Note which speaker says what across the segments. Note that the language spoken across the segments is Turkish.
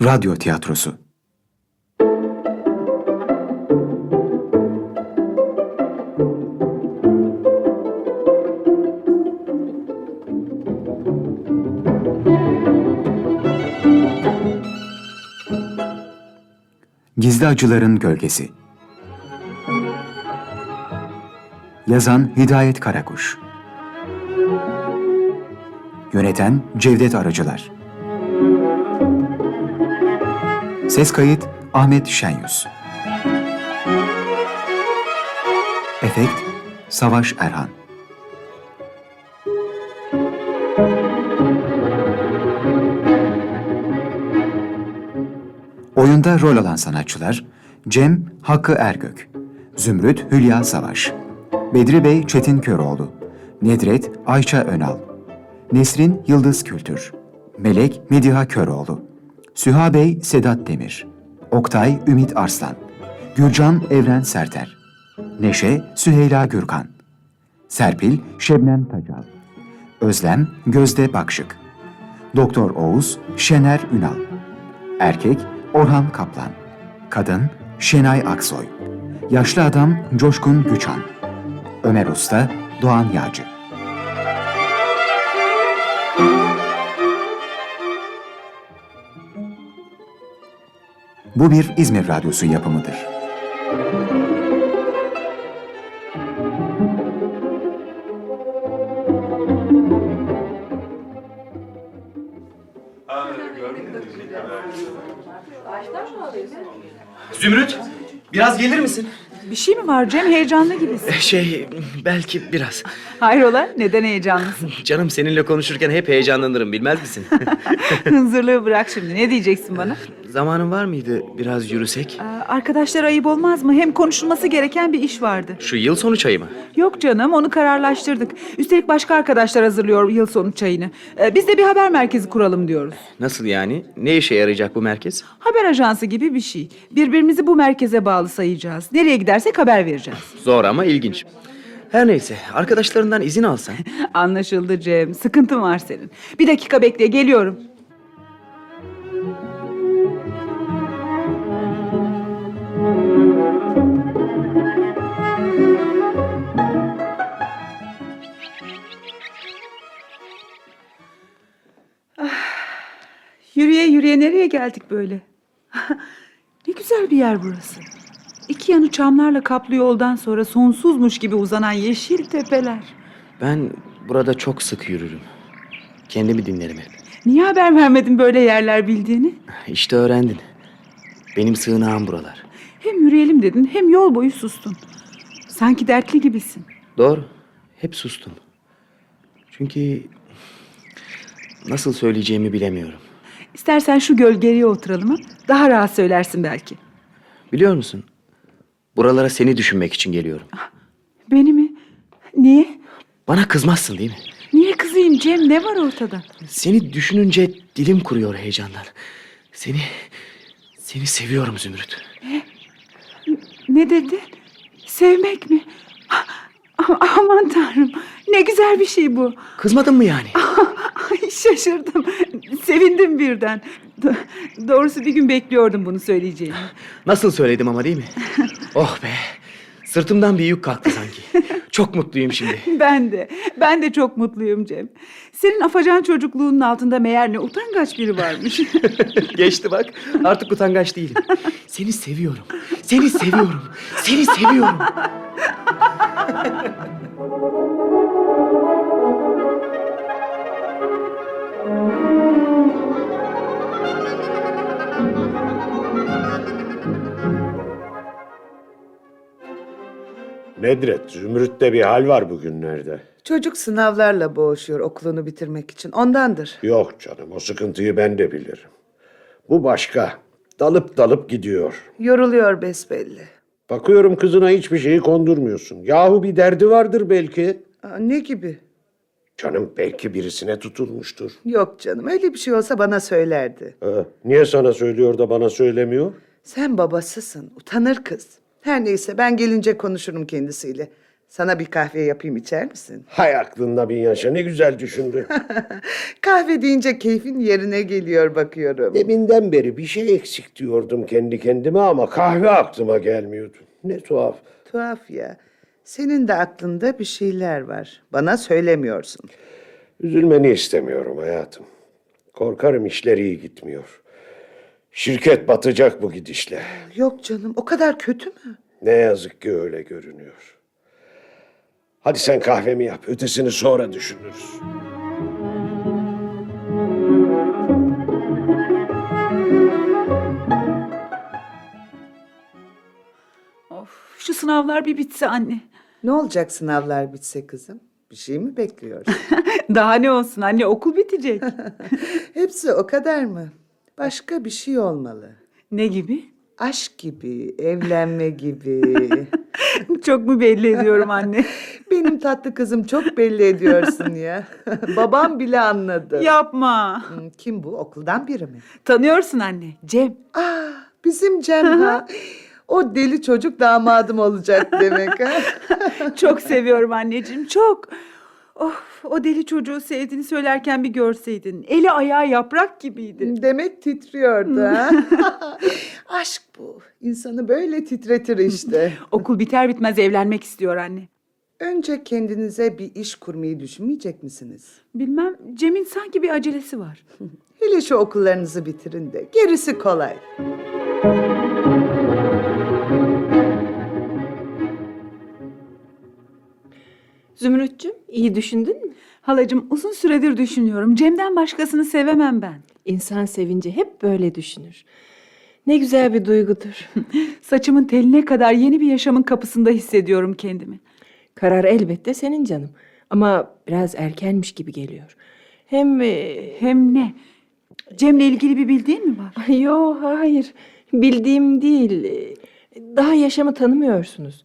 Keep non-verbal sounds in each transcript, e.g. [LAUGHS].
Speaker 1: Radyo tiyatrosu. Gizli Acıların Gölgesi Yazan Hidayet Karakuş Yöneten Cevdet Aracılar Ses kayıt Ahmet Şenyüz. Efekt Savaş Erhan. Oyunda rol alan sanatçılar Cem Hakkı Ergök, Zümrüt Hülya Savaş, Bedri Bey Çetin Köroğlu, Nedret Ayça Önal, Nesrin Yıldız Kültür, Melek Mediha Köroğlu, Süha Bey Sedat Demir, Oktay Ümit Arslan, Gürcan Evren Serter, Neşe Süheyla Gürkan, Serpil Şebnem Tacal, Özlem Gözde Bakşık, Doktor Oğuz Şener Ünal, Erkek Orhan Kaplan, Kadın Şenay Aksoy, Yaşlı Adam Coşkun Güçan, Ömer Usta Doğan Yağcı. Bu bir İzmir Radyosu yapımıdır.
Speaker 2: Zümrüt, biraz gelir misin?
Speaker 3: Bir şey mi var Cem? Heyecanlı gibisin.
Speaker 2: Şey, belki biraz.
Speaker 3: Hayrola?
Speaker 2: [LAUGHS]
Speaker 3: Neden heyecanlısın?
Speaker 2: Canım seninle konuşurken hep heyecanlanırım, bilmez misin?
Speaker 3: Hınzırlığı bırak şimdi. Ne diyeceksin bana?
Speaker 2: [LAUGHS] Zamanın var mıydı biraz yürüsek?
Speaker 3: Aa, arkadaşlar ayıp olmaz mı? Hem konuşulması gereken bir iş vardı.
Speaker 2: Şu yıl sonu çayı mı?
Speaker 3: Yok canım onu kararlaştırdık. Üstelik başka arkadaşlar hazırlıyor yıl sonu çayını. Ee, biz de bir haber merkezi kuralım diyoruz.
Speaker 2: Nasıl yani? Ne işe yarayacak bu merkez?
Speaker 3: Haber ajansı gibi bir şey. Birbirimizi bu merkeze bağlı sayacağız. Nereye gidersek haber vereceğiz.
Speaker 2: Zor ama ilginç. Her neyse, arkadaşlarından izin alsan.
Speaker 3: [LAUGHS] Anlaşıldı Cem. Sıkıntın var senin. Bir dakika bekle geliyorum. Ah, Yürüye yürüye nereye geldik böyle? [LAUGHS] ne güzel bir yer burası. İki yanı çamlarla kaplı yoldan sonra sonsuzmuş gibi uzanan yeşil tepeler.
Speaker 2: Ben burada çok sık yürürüm. Kendimi dinlerim hep.
Speaker 3: Niye haber vermedin böyle yerler bildiğini?
Speaker 2: İşte öğrendin. Benim sığınağım buralar.
Speaker 3: Hem yürüyelim dedin hem yol boyu sustun. Sanki dertli gibisin.
Speaker 2: Doğru. Hep sustum. Çünkü nasıl söyleyeceğimi bilemiyorum.
Speaker 3: İstersen şu gölgeliğe oturalım ha? Daha rahat söylersin belki.
Speaker 2: Biliyor musun? Buralara seni düşünmek için [LAUGHS] geliyorum.
Speaker 3: Beni mi? Niye?
Speaker 2: Bana kızmazsın değil mi?
Speaker 3: Niye kızayım Cem? Ne var ortada?
Speaker 2: Seni düşününce dilim kuruyor heyecandan. Seni seni seviyorum Zümrüt.
Speaker 3: Ne dedin? Sevmek mi? Ah, ah, Aman tanrım. Ne güzel bir şey bu. Ah,
Speaker 2: Kızmadın mı yani?
Speaker 3: Ay şaşırdım. Sevindim birden. Do- Doğrusu bir gün bekliyordum bunu söyleyeceğini.
Speaker 2: Nasıl söyledim ama değil mi? Oh be. Sırtımdan bir yük kalktı sanki. Çok mutluyum şimdi.
Speaker 3: Ben de. Ben de çok mutluyum Cem. Senin afacan çocukluğunun altında meğer ne utangaç biri varmış.
Speaker 2: Geçti bak. [LAUGHS] Artık utangaç değilim. Seni seviyorum. Seni seviyorum. Seni seviyorum.
Speaker 4: Nedret, Zümrüt'te bir hal var bugünlerde.
Speaker 5: Çocuk sınavlarla boğuşuyor okulunu bitirmek için. Ondandır.
Speaker 4: Yok canım, o sıkıntıyı ben de bilirim. Bu başka. Dalıp dalıp gidiyor.
Speaker 5: Yoruluyor besbelli.
Speaker 4: Bakıyorum kızına hiçbir şeyi kondurmuyorsun. Yahu bir derdi vardır belki.
Speaker 5: Aa, ne gibi?
Speaker 4: Canım belki birisine tutulmuştur.
Speaker 5: Yok canım öyle bir şey olsa bana söylerdi.
Speaker 4: Ha, niye sana söylüyor da bana söylemiyor?
Speaker 5: Sen babasısın. Utanır kız. Her neyse ben gelince konuşurum kendisiyle. Sana bir kahve yapayım içer misin?
Speaker 4: Hay aklında bin yaşa ne güzel düşündü.
Speaker 5: [LAUGHS] Kahve deyince keyfin yerine geliyor bakıyorum.
Speaker 4: Deminden beri bir şey eksik diyordum kendi kendime ama kahve aklıma gelmiyordu. Ne tuhaf.
Speaker 5: Tuhaf ya. Senin de aklında bir şeyler var. Bana söylemiyorsun.
Speaker 4: Üzülmeni istemiyorum hayatım. Korkarım işler iyi gitmiyor. Şirket batacak bu gidişle.
Speaker 5: Yok canım o kadar kötü mü?
Speaker 4: Ne yazık ki öyle görünüyor. Hadi sen kahvemi yap, ötesini sonra düşünürüz.
Speaker 3: Of, şu sınavlar bir bitse anne.
Speaker 5: Ne olacak sınavlar bitse kızım? Bir şey mi bekliyorsun? [LAUGHS]
Speaker 3: Daha ne olsun anne okul bitecek.
Speaker 5: Hepsi o kadar mı? Başka bir şey olmalı.
Speaker 3: ne gibi?
Speaker 5: Aşk gibi, evlenme gibi.
Speaker 3: [LAUGHS] Çok mu belli ediyorum anne?
Speaker 5: [LAUGHS] Benim tatlı kızım çok belli ediyorsun ya. [LAUGHS] Babam bile anladı.
Speaker 3: Yapma.
Speaker 5: Hmm, Kim bu? Okuldan biri mi?
Speaker 3: Tanıyorsun anne. Cem.
Speaker 5: Aa, bizim Cem ha. O deli çocuk damadım olacak demek ha.
Speaker 3: [LAUGHS] Çok seviyorum anneciğim çok. Of o deli çocuğu sevdiğini söylerken bir görseydin. Eli ayağı yaprak gibiydi. Hmm.
Speaker 5: Demek titriyordu ha.
Speaker 3: [LAUGHS]
Speaker 5: [LAUGHS] Aşk bu. İnsanı böyle titretir işte.
Speaker 3: Okul biter bitmez evlenmek istiyor anne.
Speaker 5: Önce kendinize bir iş kurmayı düşünmeyecek misiniz?
Speaker 3: Bilmem Cem'in sanki bir acelesi var.
Speaker 5: Hele şu okullarınızı bitirin de. Gerisi kolay.
Speaker 6: Zümrütçüm iyi düşündün mü?
Speaker 3: Halacığım uzun süredir düşünüyorum. Cem'den başkasını sevemem ben.
Speaker 6: İnsan sevince hep böyle düşünür. Ne güzel bir duygudur.
Speaker 3: [LAUGHS] Saçımın teline kadar yeni bir yaşamın kapısında hissediyorum kendimi.
Speaker 6: Karar elbette senin canım. Ama biraz erkenmiş gibi geliyor. Hem... e,
Speaker 3: Hem ne? Cem'le ilgili bir bildiğin mi var?
Speaker 6: Yo hayır. Bildiğim değil. E, Daha yaşamı tanımıyorsunuz.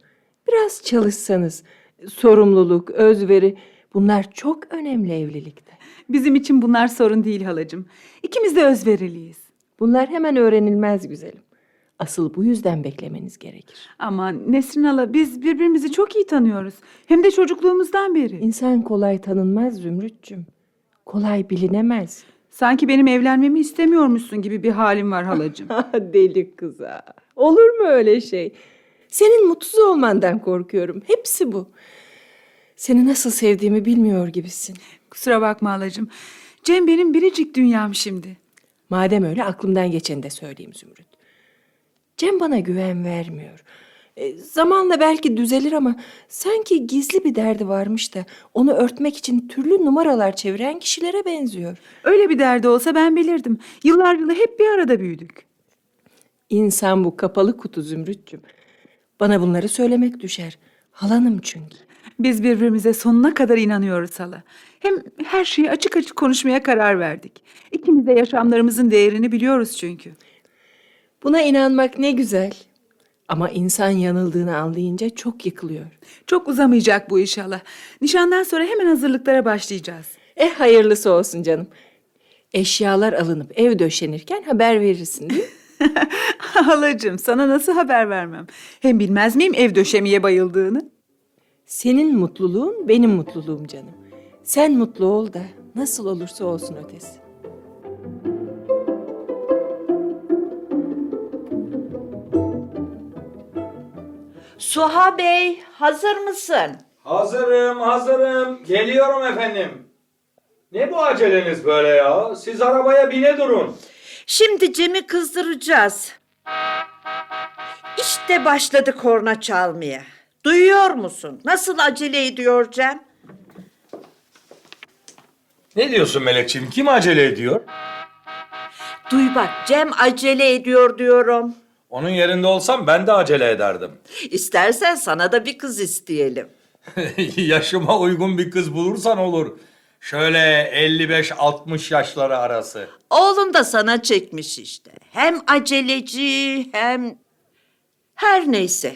Speaker 6: Biraz çalışsanız. Sorumluluk, özveri bunlar çok önemli evlilikte.
Speaker 3: Bizim için bunlar sorun değil halacığım. İkimiz de özveriliyiz.
Speaker 6: Bunlar hemen öğrenilmez güzelim. Asıl bu yüzden beklemeniz gerekir.
Speaker 3: Aman Nesrin hala biz birbirimizi çok iyi tanıyoruz. Hem de çocukluğumuzdan beri.
Speaker 6: İnsan kolay tanınmaz Zümrütçüm. Kolay bilinemez.
Speaker 3: Sanki benim evlenmemi istemiyormuşsun gibi bir halim var halacığım.
Speaker 6: Deli kıza. Olur mu öyle şey? Senin mutsuz olmandan korkuyorum. Hepsi bu. Seni nasıl sevdiğimi bilmiyor gibisin.
Speaker 3: Kusura bakma halacığım. Cem benim biricik dünyam şimdi.
Speaker 6: Madem öyle aklımdan geçeni de söyleyeyim Zümrüt. Cem bana güven vermiyor. E, zamanla belki düzelir ama sanki gizli bir derdi varmış da onu örtmek için türlü numaralar çeviren kişilere benziyor.
Speaker 3: Öyle bir derdi olsa ben bilirdim. Yıllar yılı hep bir arada büyüdük.
Speaker 6: İnsan bu kapalı kutu Zümrütçüm. Bana bunları söylemek düşer. Halanım çünkü.
Speaker 3: Biz birbirimize sonuna kadar inanıyoruz hala. Hem her şeyi açık açık konuşmaya karar verdik. İkimiz de yaşamlarımızın değerini biliyoruz çünkü.
Speaker 6: Buna inanmak ne güzel. Ama insan yanıldığını anlayınca çok yıkılıyor.
Speaker 3: Çok uzamayacak bu inşallah. Nişandan sonra hemen hazırlıklara başlayacağız.
Speaker 6: Eh hayırlısı olsun canım. Eşyalar alınıp ev döşenirken haber verirsin değil mi?
Speaker 3: [LAUGHS] Halacığım sana nasıl haber vermem? Hem bilmez miyim ev döşemeye bayıldığını?
Speaker 6: Senin mutluluğun benim mutluluğum canım. Sen mutlu ol da nasıl olursa olsun ötesi.
Speaker 7: Suha Bey hazır mısın?
Speaker 8: Hazırım, hazırım. Geliyorum efendim. Ne bu aceleniz böyle ya? Siz arabaya bine durun.
Speaker 7: Şimdi Cem'i kızdıracağız. İşte başladı korna çalmaya. Duyuyor musun? Nasıl acele ediyor Cem?
Speaker 8: Ne diyorsun Melekçim? Kim acele ediyor?
Speaker 7: Duy bak Cem acele ediyor diyorum.
Speaker 8: Onun yerinde olsam ben de acele ederdim. [LAUGHS]
Speaker 7: İstersen sana da bir kız isteyelim.
Speaker 8: Yaşıma uygun bir kız bulursan olur. Şöyle 55-60 yaşları arası.
Speaker 7: Oğlun da sana çekmiş işte. Hem aceleci hem... Her neyse.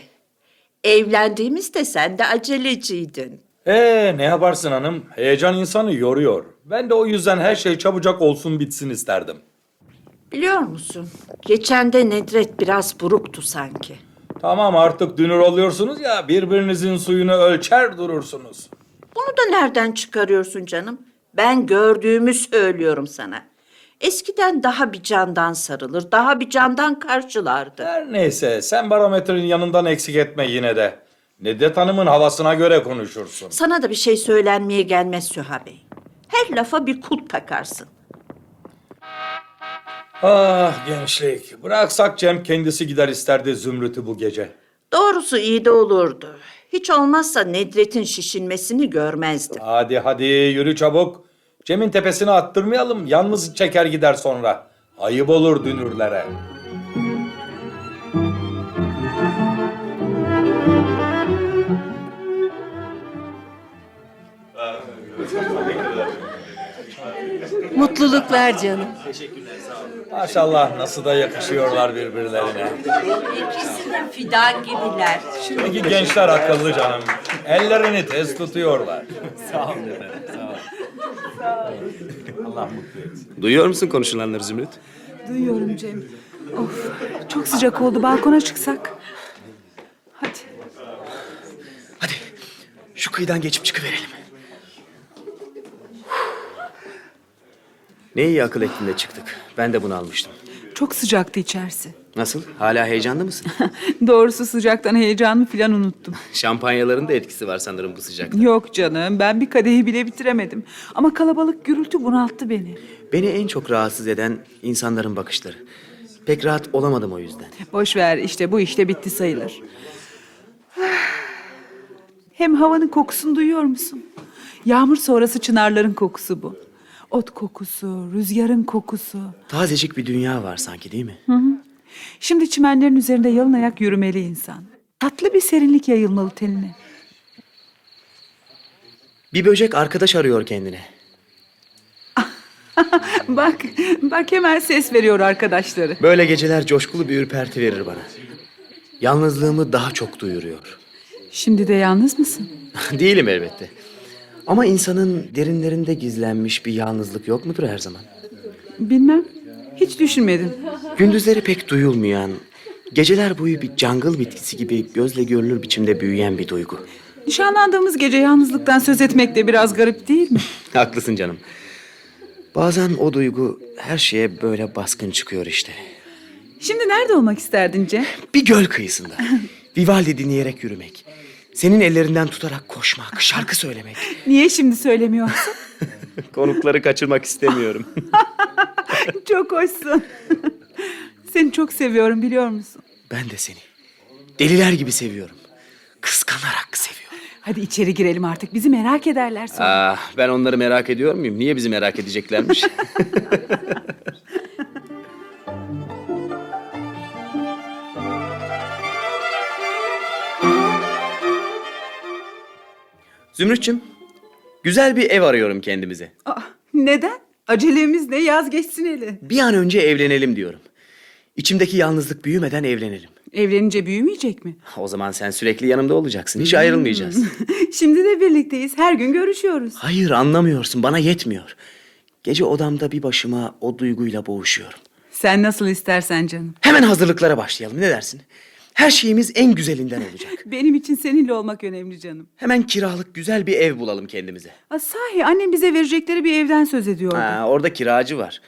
Speaker 7: Evlendiğimizde sen de aceleciydin.
Speaker 8: Ee ne yaparsın hanım? Heyecan insanı yoruyor. Ben de o yüzden her şey çabucak olsun bitsin isterdim.
Speaker 7: Biliyor musun? Geçen de Nedret biraz buruktu sanki.
Speaker 8: Tamam artık dünür oluyorsunuz ya birbirinizin suyunu ölçer durursunuz.
Speaker 7: Bunu da nereden çıkarıyorsun canım? Ben gördüğümü söylüyorum sana. Eskiden daha bir candan sarılır, daha bir candan karşılardı.
Speaker 8: Her neyse sen barometrenin yanından eksik etme yine de. Nedet Hanım'ın havasına göre konuşursun.
Speaker 7: Sana da bir şey söylenmeye gelmez Süha Bey. Her lafa bir kulp takarsın.
Speaker 8: Ah gençlik. Bıraksak Cem kendisi gider isterdi Zümrüt'ü bu gece.
Speaker 7: Doğrusu iyi de olurdu. Hiç olmazsa Nedret'in şişinmesini görmezdim.
Speaker 8: Hadi hadi yürü çabuk. Cem'in tepesine attırmayalım. Yalnız çeker gider sonra. Ayıp olur dünürlere.
Speaker 6: Mutluluklar canım.
Speaker 8: Maşallah nasıl da yakışıyorlar birbirlerine.
Speaker 7: İkisi de fidan gibiler.
Speaker 8: Şimdiki gençler akıllı canım. Ellerini tez tutuyorlar.
Speaker 2: Duyuyor musun konuşulanları Zümrüt?
Speaker 3: Duyuyorum Cem. Of çok sıcak oldu balkona çıksak. Hadi.
Speaker 9: Şu kıyıdan geçip çıkıverelim.
Speaker 2: Ne iyi akıl ettin de çıktık. Ben de bunu almıştım.
Speaker 3: Çok sıcaktı içerisi.
Speaker 2: Nasıl? Hala heyecanlı mısın?
Speaker 3: Doğrusu sıcaktan heyecanımı falan unuttum.
Speaker 2: Şampanyaların da etkisi var sanırım bu sıcakta.
Speaker 3: Yok canım ben bir kadehi bile bitiremedim. Ama kalabalık gürültü bunalttı beni.
Speaker 2: Beni en çok rahatsız eden insanların bakışları. Pek rahat olamadım o yüzden.
Speaker 3: Boş ver işte bu işte bitti sayılır. Hem havanın kokusunu duyuyor musun? Yağmur sonrası çınarların kokusu bu. Ot kokusu, rüzgarın kokusu.
Speaker 2: Tazecik bir dünya var sanki değil mi?
Speaker 3: Şimdi çimenlerin üzerinde yalın ayak yürümeli insan. Tatlı bir serinlik yayılmalı tenine.
Speaker 2: Bir böcek arkadaş arıyor kendine.
Speaker 3: [LAUGHS] Bak, bak hemen ses veriyor arkadaşları.
Speaker 2: Böyle geceler coşkulu bir ürperti verir bana. Yalnızlığımı daha çok duyuruyor. [LAUGHS]
Speaker 3: Şimdi de yalnız mısın?
Speaker 2: Değilim elbette. Ama insanın derinlerinde gizlenmiş bir yalnızlık yok mudur her zaman?
Speaker 3: Bilmem. Hiç düşünmedim.
Speaker 2: Gündüzleri pek duyulmayan, geceler boyu bir jungle bitkisi gibi gözle görülür biçimde büyüyen bir duygu.
Speaker 3: Nişanlandığımız gece yalnızlıktan söz etmek de biraz garip değil mi?
Speaker 2: Haklısın canım. Bazen o duygu her şeye böyle baskın çıkıyor işte.
Speaker 3: Şimdi nerede olmak isterdin Cem? [LAUGHS]
Speaker 2: Bir göl kıyısında. Vivaldi dinleyerek yürümek. Senin ellerinden tutarak koşmak, şarkı söylemek.
Speaker 3: Niye şimdi söylemiyorsun? [LAUGHS]
Speaker 2: Konukları kaçırmak istemiyorum.
Speaker 3: çok hoşsun. [LAUGHS] Seni çok seviyorum biliyor musun?
Speaker 2: ben de seni. Deliler gibi seviyorum. Kıskanarak seviyorum.
Speaker 3: Hadi içeri girelim artık. Bizi merak ederler sonra.
Speaker 2: Ah, ben onları merak ediyor muyum? Niye bizi merak edeceklermiş? Zümrütçüm, güzel bir ev arıyorum kendimize.
Speaker 3: Aa, neden? Acelemiz ne? Yaz geçsin hele.
Speaker 2: Bir an önce evlenelim diyorum. İçimdeki yalnızlık büyümeden evlenelim.
Speaker 3: Evlenince büyümeyecek mi?
Speaker 2: O zaman sen sürekli yanımda olacaksın. Hiç ayrılmayacağız.
Speaker 3: [LAUGHS] Şimdi de birlikteyiz. Her gün görüşüyoruz.
Speaker 2: Hayır anlamıyorsun bana yetmiyor. Gece odamda bir başıma o duyguyla boğuşuyorum.
Speaker 3: Sen nasıl istersen canım.
Speaker 2: Hemen hazırlıklara başlayalım ne dersin? Her şeyimiz en güzelinden olacak.
Speaker 3: Benim için seninle olmak önemli canım.
Speaker 2: Hemen kiralık güzel bir ev bulalım kendimize.
Speaker 3: Aa, sahi annem bize verecekleri bir evden söz ediyordu.
Speaker 2: Ha, orada kiracı var.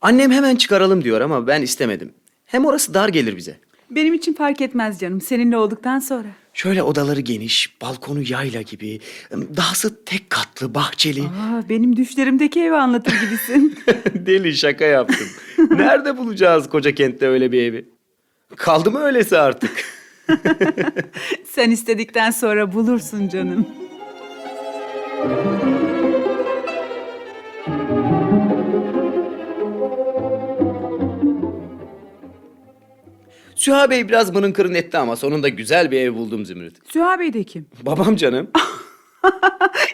Speaker 2: Annem hemen çıkaralım diyor ama ben istemedim. Hem orası dar gelir bize.
Speaker 3: Benim için fark etmez canım. Seninle olduktan sonra.
Speaker 2: Şöyle odaları geniş, balkonu yayla gibi, dahası tek katlı, bahçeli.
Speaker 3: Aa, Ah, benim düşlerimdeki evi anlatır gibisin.
Speaker 2: [LAUGHS]
Speaker 3: [LAUGHS]
Speaker 2: Deli şaka yaptım. Nerede bulacağız koca kentte öyle bir evi? Kaldı mı öylesi artık?
Speaker 3: Sen istedikten sonra bulursun canım.
Speaker 2: Süha Bey biraz mırın kırın etti ama sonunda güzel bir ev buldum Zümrüt.
Speaker 3: Süha Bey de kim? [LAUGHS]
Speaker 2: Babam canım.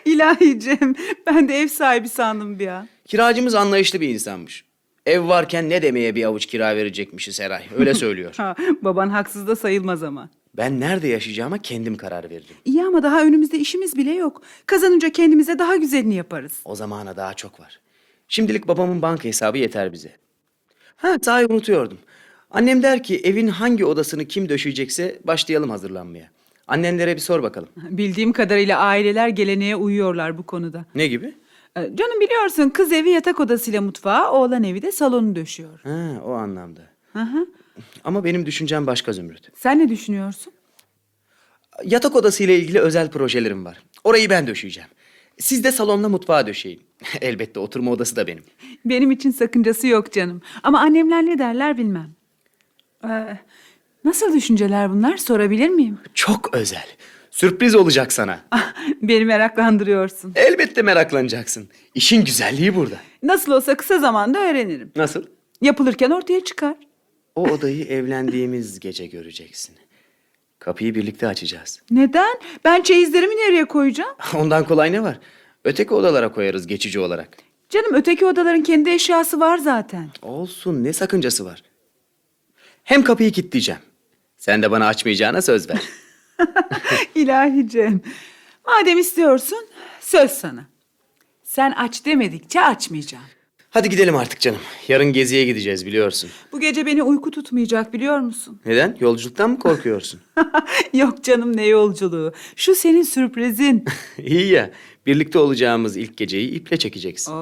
Speaker 3: İlahi Cem. Ben de ev sahibi sandım bir an.
Speaker 2: Kiracımız anlayışlı bir insanmış. Ev varken ne demeye bir avuç kira verecekmişiz Seray. Öyle söylüyor.
Speaker 3: Ha, baban haksız da sayılmaz ama.
Speaker 2: ben nerede yaşayacağıma kendim karar veririm.
Speaker 3: İyi ama daha önümüzde işimiz bile yok. Kazanınca kendimize daha güzelini yaparız.
Speaker 2: O zamana daha çok var. Şimdilik babamın banka hesabı yeter bize. Ha sahi unutuyordum. Annem der ki evin hangi odasını kim döşeyecekse başlayalım hazırlanmaya. Annenlere bir sor bakalım.
Speaker 3: Bildiğim kadarıyla aileler geleneğe uyuyorlar bu konuda.
Speaker 2: Ne gibi?
Speaker 3: Ee, Canım biliyorsun kız evi yatak odasıyla mutfağı, oğlan evi de salonu döşüyor.
Speaker 2: Ha, o anlamda.
Speaker 3: Hı hı.
Speaker 2: Ama benim düşüncem başka Zümrüt.
Speaker 3: Sen ne düşünüyorsun?
Speaker 2: Yatak odası ile ilgili özel projelerim var. Orayı ben döşeyeceğim. Siz de salonla mutfağa döşeyin. [LAUGHS] Elbette oturma odası da benim.
Speaker 3: Benim için sakıncası yok canım. Ama annemler ne derler bilmem. Ee, nasıl düşünceler bunlar sorabilir miyim? [LAUGHS]
Speaker 2: Çok özel. Sürpriz olacak sana.
Speaker 3: Ah, Beni meraklandırıyorsun.
Speaker 2: Elbette meraklanacaksın. İşin güzelliği burada.
Speaker 3: Nasıl olsa kısa zamanda öğrenirim.
Speaker 2: Nasıl?
Speaker 3: Yapılırken ortaya çıkar.
Speaker 2: O odayı evlendiğimiz gece göreceksin. Kapıyı birlikte açacağız. [LAUGHS]
Speaker 3: Neden? Ben çeyizlerimi nereye koyacağım?
Speaker 2: Ondan kolay ne var? Öteki odalara koyarız geçici olarak.
Speaker 3: Canım öteki odaların kendi eşyası var zaten.
Speaker 2: Olsun ne sakıncası var? Hem kapıyı kilitleyeceğim. Sen de bana açmayacağına söz ver.
Speaker 3: [LAUGHS] İlahi Cem. Madem istiyorsun söz sana. Sen aç demedikçe açmayacağım.
Speaker 2: [LAUGHS] Hadi gidelim artık canım. Yarın geziye gideceğiz biliyorsun.
Speaker 3: Bu gece beni uyku tutmayacak biliyor musun? [LAUGHS]
Speaker 2: Neden? Yolculuktan mı korkuyorsun? [LAUGHS]
Speaker 3: Yok canım ne yolculuğu. Şu senin sürprizin.
Speaker 2: İyi ya. Birlikte olacağımız ilk geceyi iple çekeceksin.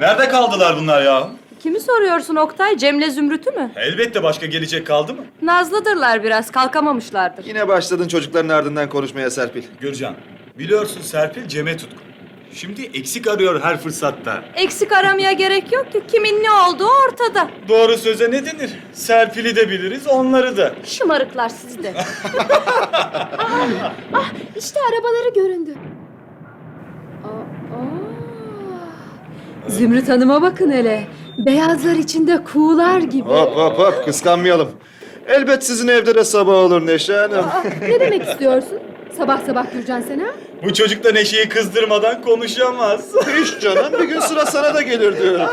Speaker 8: Nerede kaldılar bunlar ya?
Speaker 10: Kimi soruyorsun Oktay? Cem'le Zümrüt'ü mü?
Speaker 8: Elbette başka gelecek kaldı mı?
Speaker 10: Nazlıdırlar biraz, kalkamamışlardır.
Speaker 11: Yine başladın çocukların ardından konuşmaya Serpil.
Speaker 8: Gürcan, biliyorsun Serpil Cem'e tutku. Şimdi eksik arıyor her fırsatta.
Speaker 10: Eksik aramaya gerek yok ki. Kimin ne olduğu ortada.
Speaker 8: Doğru söze ne denir? Serpil'i de biliriz, onları da.
Speaker 10: Şımarıklar siz de. Aa, [LAUGHS] ah, işte arabaları göründü. Aa, aa. Zümrüt Hanım'a bakın hele. Beyazlar içinde kuğular gibi.
Speaker 11: Hop hop hop kıskanmayalım. Elbet sizin evde de sabah olur Neşe Hanım.
Speaker 10: Aa, Ah, ne demek istiyorsun? Sabah sabah Gürcan sen ha?
Speaker 8: Bu çocuk da Neşe'yi kızdırmadan konuşamaz.
Speaker 11: Hiç canım bir gün sıra sana da gelir diyorum.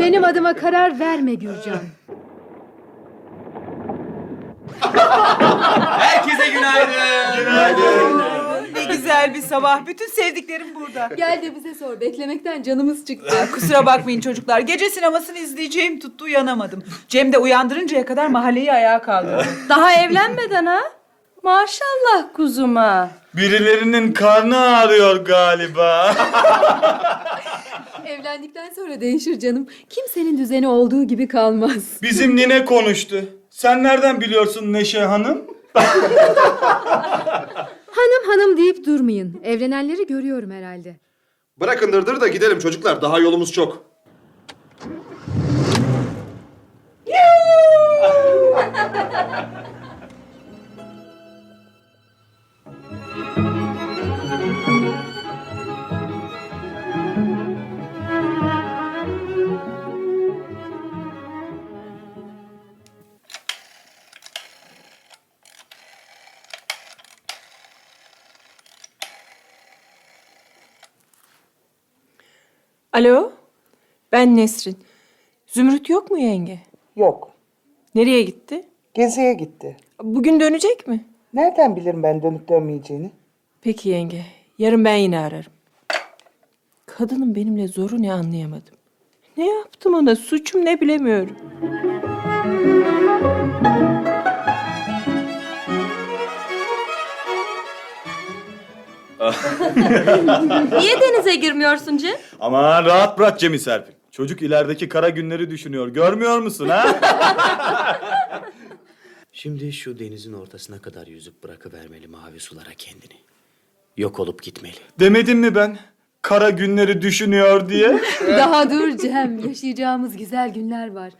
Speaker 10: Benim adıma karar verme Gürcan.
Speaker 2: Herkese günaydın. [LAUGHS]
Speaker 3: Ne güzel bir sabah. Bütün sevdiklerim burada. Ah,
Speaker 10: Gel de bize sor. Beklemekten canımız çıktı.
Speaker 3: Kusura bakmayın çocuklar. Gece sinemasını izleyeceğim tuttu uyanamadım. Cem de uyandırıncaya kadar mahalleyi ayağa kaldırdı.
Speaker 10: Daha evlenmeden ha? Maşallah kuzuma.
Speaker 8: Birilerinin karnı ağrıyor galiba.
Speaker 10: Evlendikten sonra değişir canım. Kimsenin düzeni olduğu gibi kalmaz.
Speaker 8: Bizim nine konuştu. Sen nereden biliyorsun Neşe Hanım?
Speaker 10: Hanım hanım deyip durmayın. Evlenenleri görüyorum herhalde.
Speaker 11: Bırakın dırdır da gidelim çocuklar daha yolumuz çok.
Speaker 6: Alo, ben Nesrin. Zümrüt yok mu yenge?
Speaker 12: Yok.
Speaker 6: Nereye gitti?
Speaker 12: Geziye gitti.
Speaker 6: Bugün dönecek mi?
Speaker 12: Nereden bilirim ben dönüp dönmeyeceğini?
Speaker 6: Peki yenge, yarın ben yine ararım. Kadının benimle zoru ne anlayamadım. Ne yaptım ona, suçum ne bilemiyorum.
Speaker 10: [LAUGHS] Niye denize girmiyorsun Cem?
Speaker 8: [LAUGHS] Aman rahat bırak Cem'i Serpil. Çocuk ilerideki kara günleri düşünüyor. Görmüyor musun
Speaker 11: [LAUGHS]
Speaker 8: ha?
Speaker 2: Şimdi şu denizin ortasına kadar yüzüp bırakıvermeli mavi sulara kendini. Yok olup gitmeli.
Speaker 8: Demedim mi ben? Kara günleri düşünüyor diye.
Speaker 10: Daha dur Cem. Yaşayacağımız güzel günler var.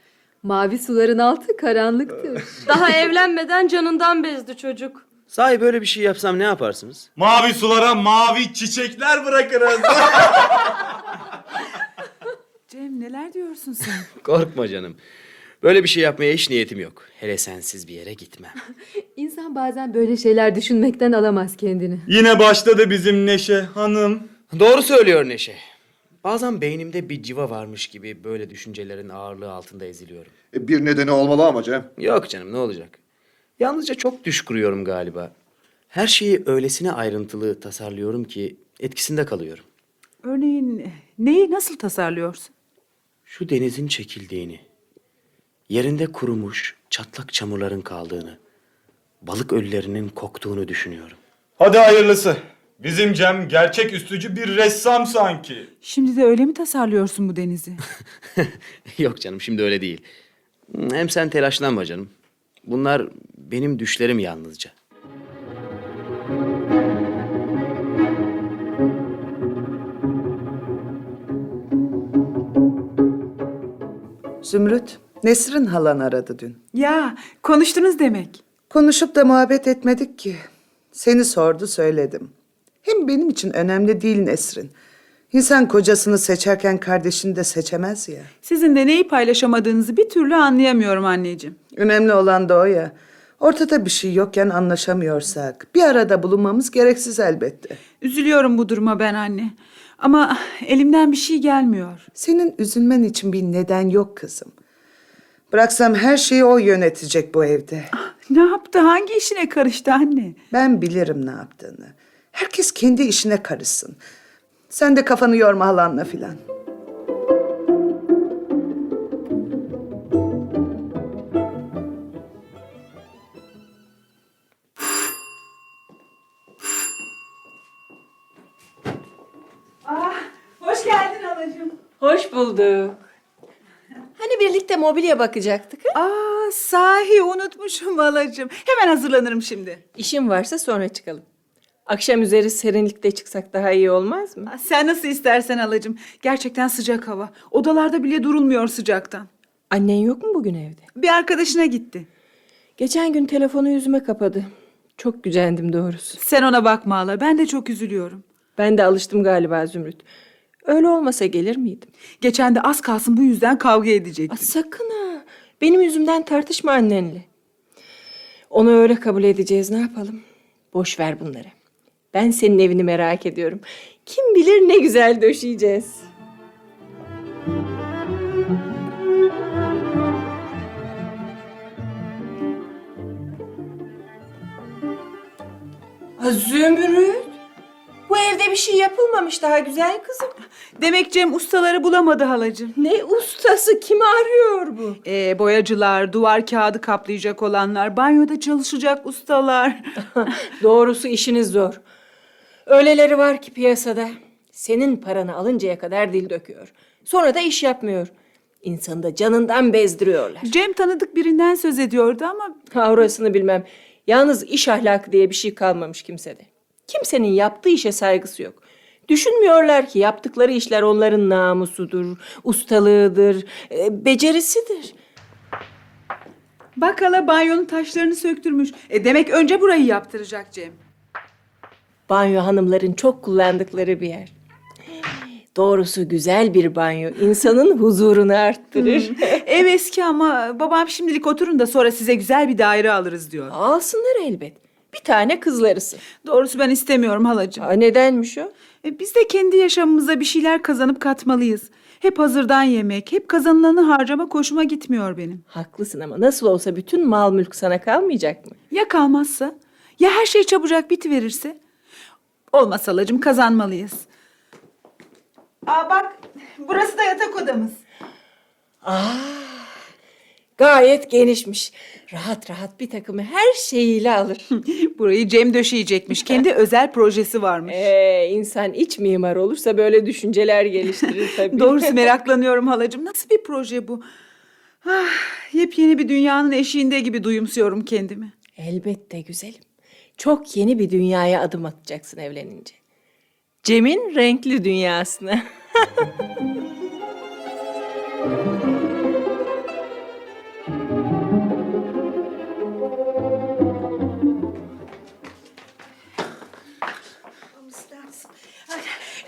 Speaker 10: Mavi suların altı karanlıktır. Daha evlenmeden canından bezdi çocuk.
Speaker 2: Sahi böyle bir şey yapsam ne yaparsınız?
Speaker 8: Mavi sulara mavi çiçekler bırakırız.
Speaker 3: Cem neler diyorsun sen?
Speaker 2: [LAUGHS] Korkma canım. Böyle bir şey yapmaya hiç niyetim yok. Hele sensiz bir yere gitmem.
Speaker 10: İnsan bazen böyle şeyler düşünmekten alamaz kendini.
Speaker 8: Yine başladı bizim Neşe Hanım.
Speaker 2: Doğru söylüyor Neşe. Bazen beynimde bir civa varmış gibi böyle düşüncelerin ağırlığı altında eziliyorum.
Speaker 11: E, Bir nedeni olmalı ama Cem.
Speaker 2: Yok canım ne olacak? Yalnızca çok düş kuruyorum galiba. Her şeyi öylesine ayrıntılı tasarlıyorum ki etkisinde kalıyorum.
Speaker 3: Örneğin neyi nasıl tasarlıyorsun?
Speaker 2: Şu denizin çekildiğini, yerinde kurumuş çatlak çamurların kaldığını, balık ölülerinin koktuğunu düşünüyorum.
Speaker 11: Hadi hayırlısı. Bizim Cem gerçek üstücü bir ressam sanki.
Speaker 3: Şimdi de öyle mi tasarlıyorsun bu denizi?
Speaker 2: [LAUGHS] Yok canım şimdi öyle değil. Hem sen telaşlanma canım. Bunlar benim düşlerim yalnızca.
Speaker 5: Zümrüt, Nesrin halan aradı dün.
Speaker 3: Ya konuştunuz demek.
Speaker 5: Konuşup da muhabbet etmedik ki. Seni sordu söyledim. Hem benim için önemli değil Nesrin. İnsan kocasını seçerken kardeşini de seçemez ya.
Speaker 3: Sizin de neyi paylaşamadığınızı bir türlü anlayamıyorum anneciğim.
Speaker 5: Önemli olan da o ya. Ortada bir şey yokken anlaşamıyorsak bir arada bulunmamız gereksiz elbette.
Speaker 3: Üzülüyorum bu duruma ben anne. Ama elimden bir şey gelmiyor.
Speaker 5: Senin üzülmen için bir neden yok kızım. Bıraksam her şeyi o yönetecek bu evde.
Speaker 3: Ah, Ne yaptı? Hangi işine karıştı anne?
Speaker 5: Ben bilirim ne yaptığını. Herkes kendi işine karışsın. Sen de kafanı yorma halanla filan.
Speaker 3: Ah, Hoş geldin halacığım.
Speaker 6: Hoş bulduk. Hani birlikte mobilya bakacaktık?
Speaker 3: Aa sahi unutmuşum halacığım. Hemen hazırlanırım şimdi.
Speaker 6: İşim varsa sonra çıkalım. Akşam üzeri serinlikte çıksak daha iyi olmaz mı?
Speaker 3: Aa, Sen nasıl istersen halacığım. Gerçekten sıcak hava. Odalarda bile durulmuyor sıcaktan.
Speaker 6: Annen yok mu bugün evde?
Speaker 3: Bir arkadaşına gitti.
Speaker 6: Geçen gün telefonu yüzüme kapadı. Çok gücendim doğrusu.
Speaker 3: Sen ona bakma hala. Ben de çok üzülüyorum.
Speaker 6: Ben de alıştım galiba Zümrüt. Öyle olmasa gelir miydim?
Speaker 3: Geçen de az kalsın bu yüzden kavga edecektim.
Speaker 6: sakın ha. Benim yüzümden tartışma annenle. Onu öyle kabul edeceğiz ne yapalım? Boş ver bunları. Ben senin evini merak ediyorum. Kim bilir ne güzel döşeyeceğiz. Ha, Zümrüt. Bu evde bir şey yapılmamış daha güzel kızım.
Speaker 3: Demek Cem ustaları bulamadı halacığım.
Speaker 6: Ne ustası? Kimi arıyor bu?
Speaker 3: Ee, boyacılar, duvar kağıdı kaplayacak olanlar, banyoda çalışacak
Speaker 6: [LAUGHS]
Speaker 3: ustalar.
Speaker 6: Doğrusu işiniz zor. Öyleleri var ki piyasada. Senin paranı alıncaya kadar dil döküyor. Sonra da iş yapmıyor. İnsanı da canından bezdiriyorlar.
Speaker 3: Cem tanıdık birinden söz ediyordu ama
Speaker 6: Ha, orasını bilmem. Yalnız iş ahlakı diye bir şey kalmamış kimsede. Kimsenin yaptığı işe saygısı yok. Düşünmüyorlar ki yaptıkları işler onların namusudur, ustalığıdır, e, becerisidir.
Speaker 3: bak hala banyonun taşlarını söktürmüş. E, demek önce burayı yaptıracak Cem.
Speaker 6: Banyo hanımların çok kullandıkları bir yer. Doğrusu güzel bir banyo insanın huzurunu [LAUGHS] arttırır.
Speaker 3: Hmm. Ev eski ama babam şimdilik oturun da sonra size güzel bir daire alırız diyor.
Speaker 6: Alsınlar elbet. Bir tane kızlarısı.
Speaker 3: Doğrusu ben istemiyorum halacığım.
Speaker 6: Aa, nedenmiş o?
Speaker 3: E, biz de kendi yaşamımıza bir şeyler kazanıp katmalıyız. Hep hazırdan yemek, hep kazanılanı harcama koşuma gitmiyor benim.
Speaker 6: Haklısın ama nasıl olsa bütün mal mülk sana kalmayacak mı?
Speaker 3: Ya kalmazsa? Ya her şey çabucak bitiverirse? Olmaz halacığım kazanmalıyız. Aa bak burası da yatak odamız.
Speaker 6: Aa, Ah, gayet genişmiş. Rahat rahat bir takımı her şeyiyle alır.
Speaker 3: [LAUGHS] Burayı Cem döşeyecekmiş.
Speaker 6: [LAUGHS]
Speaker 3: Kendi özel projesi varmış.
Speaker 6: ee, insan iç mimar olursa böyle düşünceler geliştirir
Speaker 3: [LAUGHS]
Speaker 6: tabii.
Speaker 3: Doğrusu meraklanıyorum halacığım. Nasıl bir proje bu? Ah, yepyeni bir dünyanın eşiğinde gibi duyumsuyorum kendimi.
Speaker 6: Elbette güzelim. Çok yeni bir dünyaya adım atacaksın evlenince. Cem'in renkli dünyasına. [LAUGHS]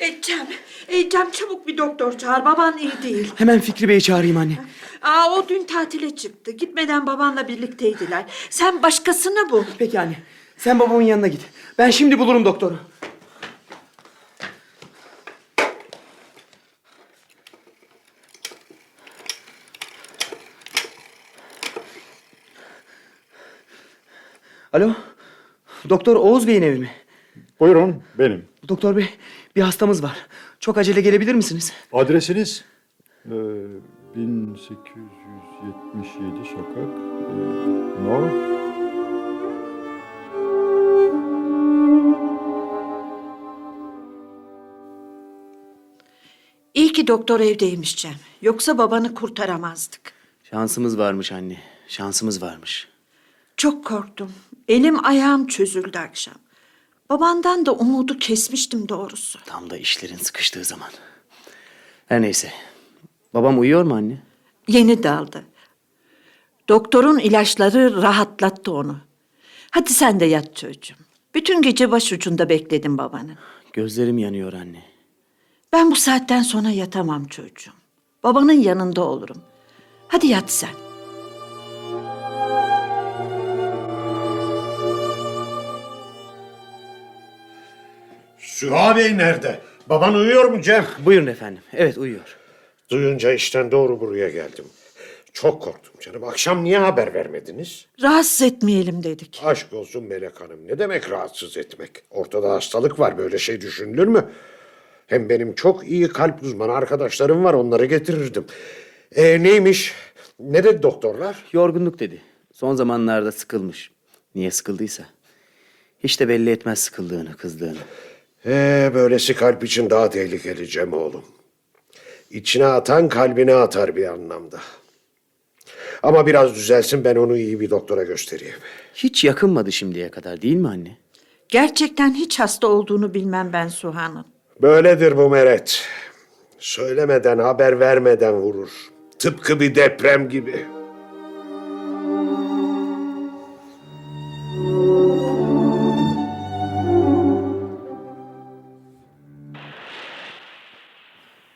Speaker 7: E, Cem, e, Cem çabuk bir doktor çağır. Baban iyi değil.
Speaker 2: Hemen Fikri Bey'i çağırayım anne.
Speaker 7: Aa o dün tatile çıktı. Gitmeden babanla birlikteydiler. Sen başkasını bul.
Speaker 2: Peki anne. Sen babamın yanına git. Ben şimdi bulurum doktoru. Alo, Doktor Oğuz Bey'in evi mi?
Speaker 13: Buyurun, benim.
Speaker 2: Doktor Bey, bir hastamız var. Çok acele gelebilir misiniz?
Speaker 13: Adresiniz? Ee, 1877 sokak. ee, No.
Speaker 7: İyi ki doktor evdeymiş Cem. Yoksa babanı kurtaramazdık.
Speaker 2: Şansımız varmış anne, şansımız varmış.
Speaker 7: Çok korktum. Elim ayağım çözüldü akşam. Babandan da umudu kesmiştim doğrusu.
Speaker 2: Tam da işlerin sıkıştığı zaman. Her neyse. Babam uyuyor mu anne?
Speaker 7: Yeni daldı. Doktorun ilaçları rahatlattı onu. Hadi sen de yat çocuğum. Bütün gece başucunda bekledim babanı.
Speaker 2: Gözlerim yanıyor anne.
Speaker 7: Ben bu saatten sonra yatamam çocuğum. Babanın yanında olurum. Hadi yat sen.
Speaker 4: Süha Bey nerede? Baban uyuyor mu Cem?
Speaker 2: Buyurun efendim. Evet uyuyor.
Speaker 4: Duyunca işten doğru buraya geldim. Çok korktum canım. Akşam niye haber vermediniz?
Speaker 7: Rahatsız etmeyelim dedik.
Speaker 4: Aşk olsun Melek Hanım. Ne demek rahatsız etmek? Ortada hastalık var. Böyle şey düşünülür mü? Hem benim çok iyi kalp uzmanı arkadaşlarım var. Onları getirirdim. E, neymiş? Ne dedi doktorlar?
Speaker 2: Yorgunluk dedi. Son zamanlarda sıkılmış. Niye sıkıldıysa. Hiç de belli etmez sıkıldığını, kızdığını.
Speaker 4: Ee, böylesi kalp için daha tehlikeli Cem oğlum. İçine atan kalbine atar bir anlamda. Ama biraz düzelsin ben onu iyi bir doktora göstereyim.
Speaker 2: Hiç yakınmadı şimdiye kadar değil mi anne?
Speaker 7: Gerçekten hiç hasta olduğunu bilmem ben Suhan'ın.
Speaker 4: Böyledir bu meret. Söylemeden, haber vermeden vurur. Tıpkı bir deprem gibi.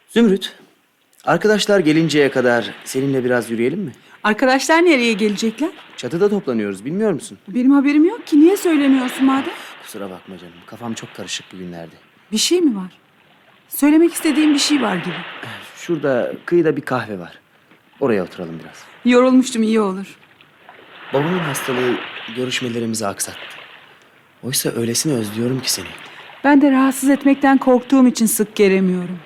Speaker 2: Zümrüt, arkadaşlar gelinceye kadar seninle biraz yürüyelim mi?
Speaker 3: Arkadaşlar nereye gelecekler?
Speaker 2: Çatıda toplanıyoruz bilmiyor musun?
Speaker 3: Benim haberim yok ki. Niye söylemiyorsun madem?
Speaker 2: Kusura bakma canım. Kafam çok karışık bugünlerde.
Speaker 3: Bir şey mi var? Söylemek istediğim bir şey var gibi.
Speaker 2: Şurada kıyıda bir kahve var. Oraya oturalım biraz.
Speaker 3: Yorulmuştum iyi olur.
Speaker 2: Babamın hastalığı görüşmelerimizi aksattı. Oysa öylesine özlüyorum ki seni.
Speaker 3: Ben de rahatsız etmekten korktuğum için sık gelemiyorum.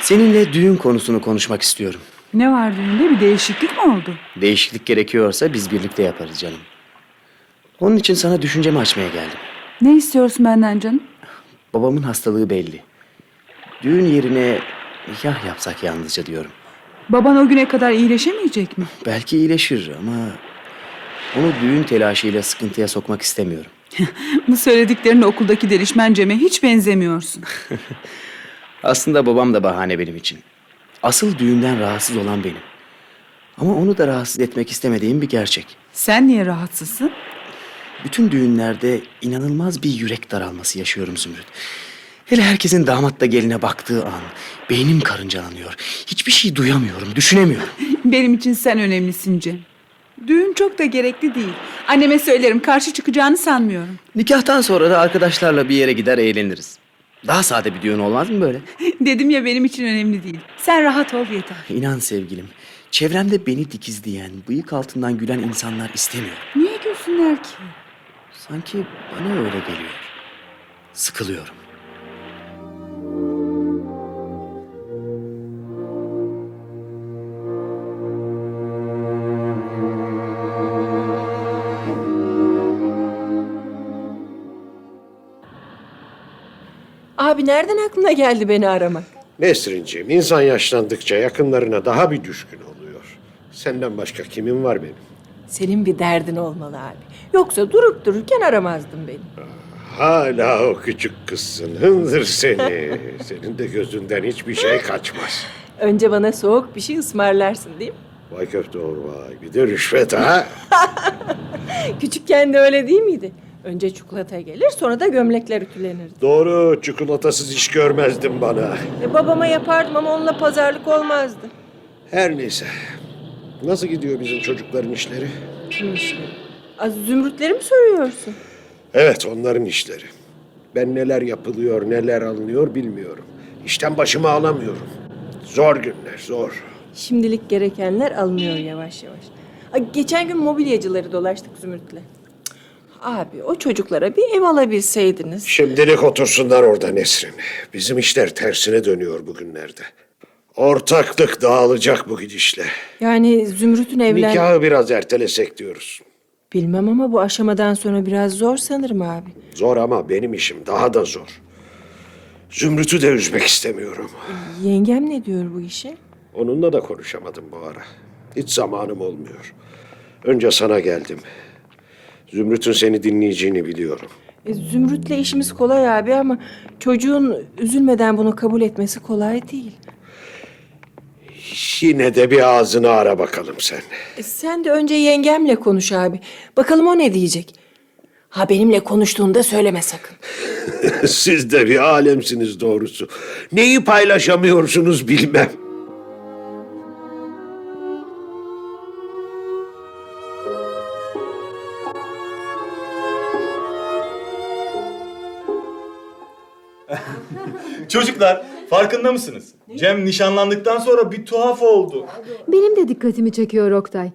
Speaker 2: Seninle düğün konusunu konuşmak istiyorum.
Speaker 3: Ne var düğünde? Bir değişiklik mi oldu?
Speaker 2: Değişiklik gerekiyorsa biz birlikte yaparız canım. Onun için sana düşüncemi açmaya geldim.
Speaker 3: Ne istiyorsun benden canım? [LAUGHS]
Speaker 2: Babamın hastalığı belli. Düğün yerine nikah yapsak yalnızca diyorum.
Speaker 3: Baban o güne kadar iyileşemeyecek mi?
Speaker 2: Belki iyileşir ama onu düğün telaşıyla sıkıntıya sokmak istemiyorum.
Speaker 3: Bu söylediklerin okuldaki delişmen Cem'e hiç benzemiyorsun.
Speaker 2: Aslında babam da bahane benim için. Asıl düğünden rahatsız olan benim. Ama onu da rahatsız etmek istemediğim bir gerçek.
Speaker 3: Sen niye rahatsızsın? [LAUGHS]
Speaker 2: Bütün düğünlerde inanılmaz bir yürek daralması yaşıyorum Zümrüt. Hele herkesin damatla geline baktığı an beynim karıncalanıyor. Hiçbir şey duyamıyorum, düşünemiyorum.
Speaker 3: Benim için sen önemlisin Cem. Düğün çok da gerekli değil. Anneme söylerim karşı çıkacağını sanmıyorum. [LAUGHS]
Speaker 2: Nikahtan sonra da arkadaşlarla bir yere gider eğleniriz. Daha sade bir düğün olmaz mı böyle?
Speaker 3: Dedim ya benim için önemli değil. Sen rahat ol yeter.
Speaker 2: İnan sevgilim, çevremde beni dikizleyen, bıyık altından gülen insanlar istemiyorum.
Speaker 3: Niye gülsünler ki?
Speaker 2: Sanki bana öyle geliyor. Sıkılıyorum.
Speaker 6: Abi nereden aklına geldi beni aramak?
Speaker 4: Nesrinciğim insan yaşlandıkça yakınlarına daha bir düşkün oluyor. Senden başka kimin var benim?
Speaker 6: Senin bir derdin olmalı abi. Yoksa durup dururken aramazdın beni.
Speaker 4: Hala o küçük kızsın. Hındır seni. Senin de gözünden hiçbir şey kaçmaz.
Speaker 6: Önce bana soğuk bir şey ısmarlarsın değil mi?
Speaker 4: Vay köfte vay. Bir de rüşvet ha.
Speaker 6: Küçükken de öyle değil miydi? Önce çikolata gelir sonra da gömlekler ütülenirdi.
Speaker 4: Doğru. Çikolatasız iş görmezdim bana.
Speaker 6: E, babama yapardım ama onunla pazarlık olmazdı.
Speaker 4: Her neyse. Nasıl gidiyor bizim çocukların işleri?
Speaker 6: Kim işleri? Az zümrütleri mi soruyorsun?
Speaker 4: Evet onların işleri. Ben neler yapılıyor, neler alınıyor bilmiyorum. İşten başımı alamıyorum. Zor günler, zor.
Speaker 6: Şimdilik gerekenler alınıyor yavaş yavaş. Ay, geçen gün mobilyacıları dolaştık Zümrüt'le. Cık, Abi o çocuklara bir ev alabilseydiniz.
Speaker 4: Şimdilik otursunlar orada Nesrin. Bizim işler tersine dönüyor bugünlerde. Ortaklık dağılacak bu gidişle.
Speaker 6: Yani Zümrüt'ün evlen...
Speaker 4: Nikahı biraz ertelesek diyoruz.
Speaker 6: Bilmem ama bu aşamadan sonra biraz zor sanırım abi.
Speaker 4: Zor ama benim işim daha da zor. Zümrüt'ü de üzmek istemiyorum.
Speaker 6: Yengem ne diyor bu işe?
Speaker 4: Onunla da konuşamadım bu ara. Hiç zamanım olmuyor. Önce sana geldim. Zümrüt'ün seni dinleyeceğini biliyorum.
Speaker 6: E, Zümrüt'le işimiz kolay abi ama çocuğun üzülmeden bunu kabul etmesi kolay değil.
Speaker 4: Yine de bir ağzını ara bakalım sen.
Speaker 6: E, sen de önce yengemle konuş abi. Bakalım o ne diyecek. Ha benimle konuştuğunda söyleme sakın.
Speaker 4: [LAUGHS] Siz de bir alemsiniz doğrusu. Neyi paylaşamıyorsunuz bilmem.
Speaker 11: Çocuklar farkında mısınız? Cem nişanlandıktan sonra bir tuhaf oldu.
Speaker 10: Benim de dikkatimi çekiyor Oktay.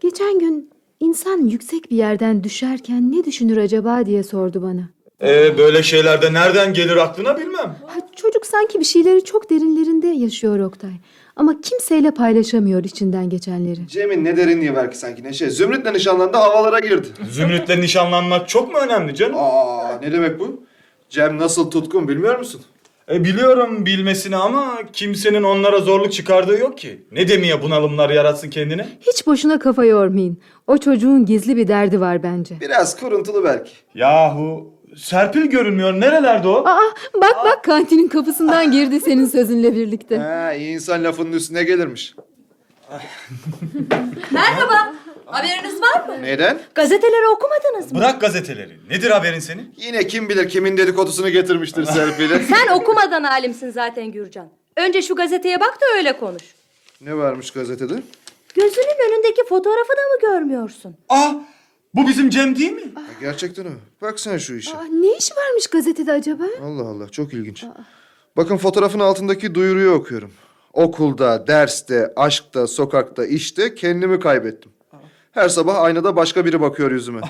Speaker 10: Geçen gün insan yüksek bir yerden düşerken ne düşünür acaba diye sordu bana.
Speaker 11: Ee, böyle şeylerde nereden gelir aklına bilmem.
Speaker 10: Ha, çocuk sanki bir şeyleri çok derinlerinde yaşıyor Oktay. Ama kimseyle paylaşamıyor içinden geçenleri.
Speaker 11: Cem'in ne derinliği belki sanki Neşe. Zümrüt'le nişanlandı havalara girdi. Zümrüt'le nişanlanmak çok mu önemli Cem? Aa ne demek bu? Cem nasıl tutkun bilmiyor musun? E, biliyorum bilmesini ama kimsenin onlara zorluk çıkardığı yok ki. Ne demeye bunalımlar yaratsın kendine?
Speaker 10: Hiç boşuna kafa yormayın. O çocuğun gizli bir derdi var bence.
Speaker 11: Biraz kuruntulu belki. Yahu Serpil görünmüyor. Nerelerde
Speaker 2: Ah.
Speaker 11: o?
Speaker 10: Aa bak bak kantinin kapısından girdi senin sözünle birlikte.
Speaker 11: Ha, iyi insan lafının üstüne gelirmiş.
Speaker 14: Merhaba. Haberiniz var mı?
Speaker 11: Neden?
Speaker 14: Gazeteleri okumadınız mı?
Speaker 11: Bırak gazeteleri. Nedir haberin senin? Yine kim bilir kimin dedikodusunu getirmiştir [LAUGHS] Serpil'e.
Speaker 14: Sen okumadan alimsin zaten Gürcan. Önce şu gazeteye bak da öyle konuş.
Speaker 11: Ne varmış gazetede?
Speaker 14: Gözünün önündeki fotoğrafı da mı görmüyorsun?
Speaker 11: Aa! Bu bizim Cem değil mi? gerçekten o. Bak sen şu işe.
Speaker 10: Aa, ne iş varmış gazetede acaba?
Speaker 11: Allah Allah çok ilginç. Bakın fotoğrafın altındaki duyuruyu okuyorum. Okulda, derste, aşkta, sokakta, işte kendimi kaybettim. Her sabah aynada başka biri bakıyor yüzüme.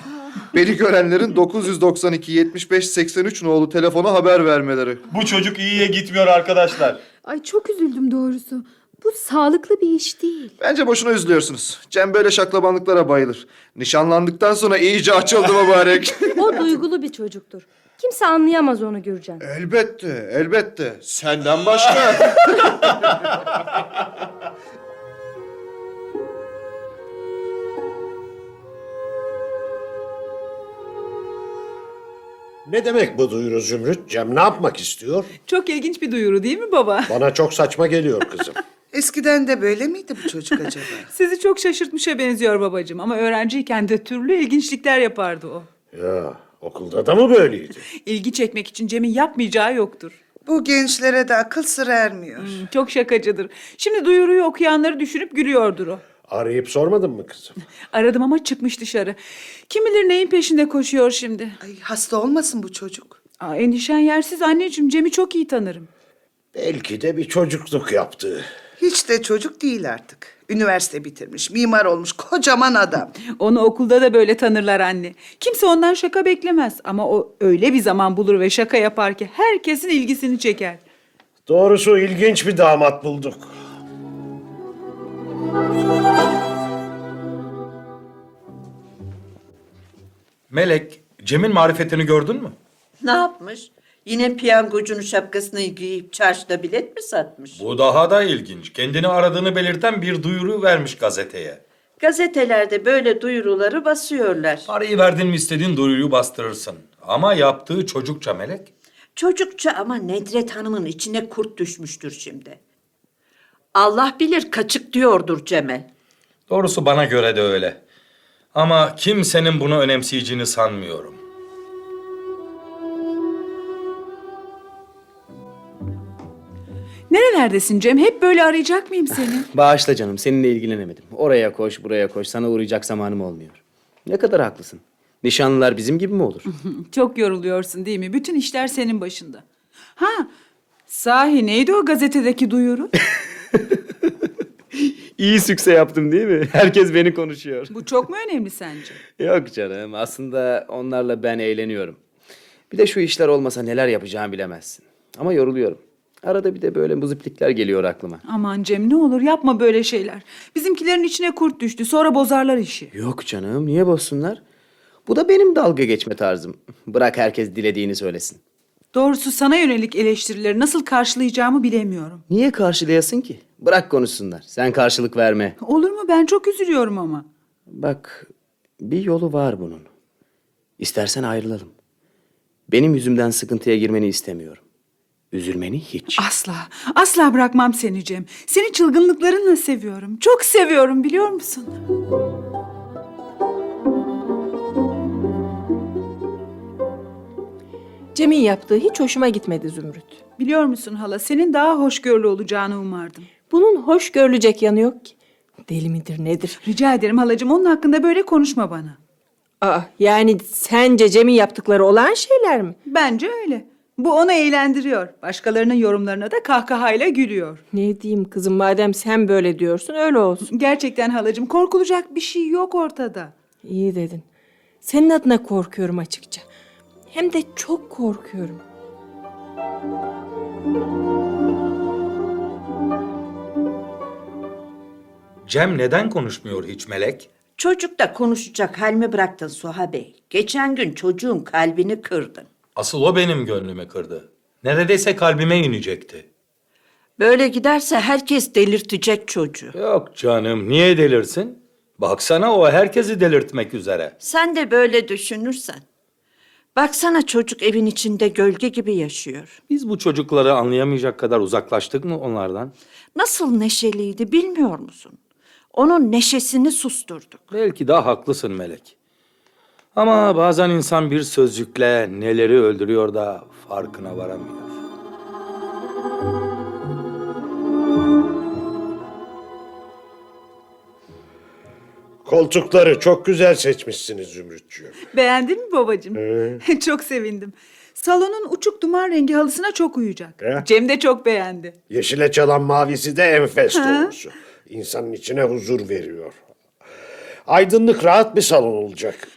Speaker 11: Beni görenlerin 992 75 83 nolu telefona haber vermeleri. Bu çocuk iyiye gitmiyor arkadaşlar.
Speaker 10: Ay çok üzüldüm doğrusu. Bu sağlıklı bir iş değil.
Speaker 11: Bence boşuna üzülüyorsunuz. Cem böyle şaklabanlıklara bayılır. Nişanlandıktan sonra iyice açıldı mübarek.
Speaker 14: O duygulu bir çocuktur. Kimse anlayamaz onu Gürcan.
Speaker 11: elbette, elbette.
Speaker 15: [LAUGHS]
Speaker 11: Senden başka.
Speaker 2: [LAUGHS]
Speaker 4: Ne demek bu duyuru Zümrüt? Cem ne yapmak istiyor?
Speaker 3: Çok ilginç bir duyuru değil mi baba?
Speaker 4: Bana çok saçma geliyor [LAUGHS] kızım.
Speaker 5: Eskiden de böyle miydi bu çocuk acaba?
Speaker 3: [LAUGHS] Sizi çok şaşırtmışa benziyor babacığım ama öğrenciyken de türlü ilginçlikler yapardı o.
Speaker 4: Ya okulda da mı böyleydi?
Speaker 3: İlgi çekmek için Cem'in yapmayacağı yoktur. Hmm,
Speaker 5: Bu gençlere de akıl sır ermiyor.
Speaker 3: çok şakacıdır. Şimdi duyuruyu okuyanları düşünüp gülüyordur o.
Speaker 4: Arayıp sormadın mı kızım?
Speaker 3: Aradım ama çıkmış dışarı. Kim bilir neyin peşinde koşuyor şimdi.
Speaker 5: Ay, hasta olmasın bu çocuk.
Speaker 3: Aa, endişen yersiz anneciğim. Cem'i çok iyi tanırım.
Speaker 4: Belki de bir çocukluk yaptı.
Speaker 5: Hiç de çocuk değil artık. Üniversite bitirmiş, mimar olmuş, kocaman adam.
Speaker 3: Onu okulda da böyle tanırlar anne. Kimse ondan şaka beklemez ama o öyle bir zaman bulur ve şaka yapar ki herkesin ilgisini çeker.
Speaker 4: Doğrusu ilginç bir damat bulduk.
Speaker 16: Melek, Cem'in marifetini gördün mü?
Speaker 7: Ne yapmış? Yine piyangocunun şapkasını giyip çarşıda bilet mi satmış?
Speaker 16: Bu daha da ilginç. Kendini aradığını belirten bir duyuru vermiş gazeteye.
Speaker 7: Gazetelerde böyle duyuruları basıyorlar.
Speaker 16: Parayı verdin mi istediğin duyuruyu bastırırsın. Ama yaptığı çocukça Melek.
Speaker 7: Çocukça ama Nedret Hanım'ın içine kurt düşmüştür şimdi. Allah bilir kaçık diyordur Cem'e.
Speaker 16: Doğrusu bana göre de öyle. Ama kimsenin bunu önemseyeceğini sanmıyorum.
Speaker 3: Nerelerdesin Cem? Hep böyle arayacak mıyım seni?
Speaker 2: Bağışla canım seninle ilgilenemedim. Oraya koş buraya koş sana uğrayacak zamanım olmuyor. Ne kadar haklısın. Nişanlılar bizim gibi mi olur?
Speaker 3: [LAUGHS] Çok yoruluyorsun değil mi? Bütün işler senin başında. Ha, sahi neydi o gazetedeki duyuru?
Speaker 2: İyi sükse yaptım değil mi? Herkes beni konuşuyor.
Speaker 3: Bu çok mu önemli sence?
Speaker 2: Yok canım aslında onlarla ben eğleniyorum. Bir de şu işler olmasa neler yapacağımı bilemezsin. Ama yoruluyorum. Arada bir de böyle muziplikler geliyor aklıma.
Speaker 3: Aman Cem ne olur yapma böyle şeyler. Bizimkilerin içine kurt düştü sonra bozarlar işi.
Speaker 2: Yok canım niye bozsunlar? Bu da benim dalga geçme tarzım. Bırak herkes dilediğini söylesin.
Speaker 3: Doğrusu sana yönelik eleştirileri nasıl karşılayacağımı bilemiyorum.
Speaker 2: Niye karşılayasın ki? Bırak konuşsunlar. Sen karşılık verme.
Speaker 3: Olur mu ben çok üzülüyorum ama.
Speaker 2: Bak bir yolu var bunun. İstersen ayrılalım. Benim yüzümden sıkıntıya girmeni istemiyorum. Üzülmeni hiç.
Speaker 3: Asla, asla bırakmam seni Cem. Seni çılgınlıklarınla seviyorum. Çok seviyorum biliyor musun?
Speaker 6: Cem'in yaptığı hiç hoşuma gitmedi Zümrüt.
Speaker 3: Biliyor musun hala senin daha hoşgörülü olacağını umardım.
Speaker 6: Bunun hoş görülecek yanı yok ki. Deli midir nedir?
Speaker 3: Rica ederim halacığım onun hakkında böyle konuşma bana.
Speaker 6: Aa, yani sence Cem'in yaptıkları olan şeyler mi?
Speaker 3: Bence öyle. Bu onu eğlendiriyor. Başkalarının yorumlarına da kahkahayla gülüyor.
Speaker 6: Ne diyeyim kızım madem sen böyle diyorsun öyle olsun.
Speaker 3: Gerçekten halacığım korkulacak bir şey yok ortada.
Speaker 6: İyi dedin. Senin adına korkuyorum açıkça. Hem de çok korkuyorum.
Speaker 16: Cem neden konuşmuyor hiç Melek?
Speaker 7: Çocukla konuşacak hal mi bıraktın Suha Bey? Geçen gün çocuğun kalbini kırdın.
Speaker 16: Asıl o benim gönlümü kırdı. Neredeyse kalbime inecekti.
Speaker 7: Böyle giderse herkes delirtecek çocuğu.
Speaker 16: Yok canım niye delirsin? Baksana o herkesi delirtmek üzere.
Speaker 7: Sen de böyle düşünürsen. Baksana çocuk evin içinde gölge gibi yaşıyor.
Speaker 16: Biz bu çocukları anlayamayacak kadar uzaklaştık mı onlardan?
Speaker 7: Nasıl neşeliydi bilmiyor musun? Onun neşesini susturduk. [LAUGHS]
Speaker 16: Belki daha haklısın Melek. Ama bazen insan bir sözcükle neleri öldürüyor da farkına varamıyor.
Speaker 4: Koltukları çok güzel seçmişsiniz Zümrütçüğüm.
Speaker 3: Beğendin mi babacığım?
Speaker 4: Ee?
Speaker 3: [LAUGHS] çok sevindim. Salonun uçuk duman rengi halısına çok uyacak.
Speaker 4: He?
Speaker 3: Cem de çok beğendi.
Speaker 4: Yeşile çalan mavisi de enfes
Speaker 3: Ha.
Speaker 4: doğrusu. İnsanın içine huzur veriyor. Aydınlık rahat bir salon olacak.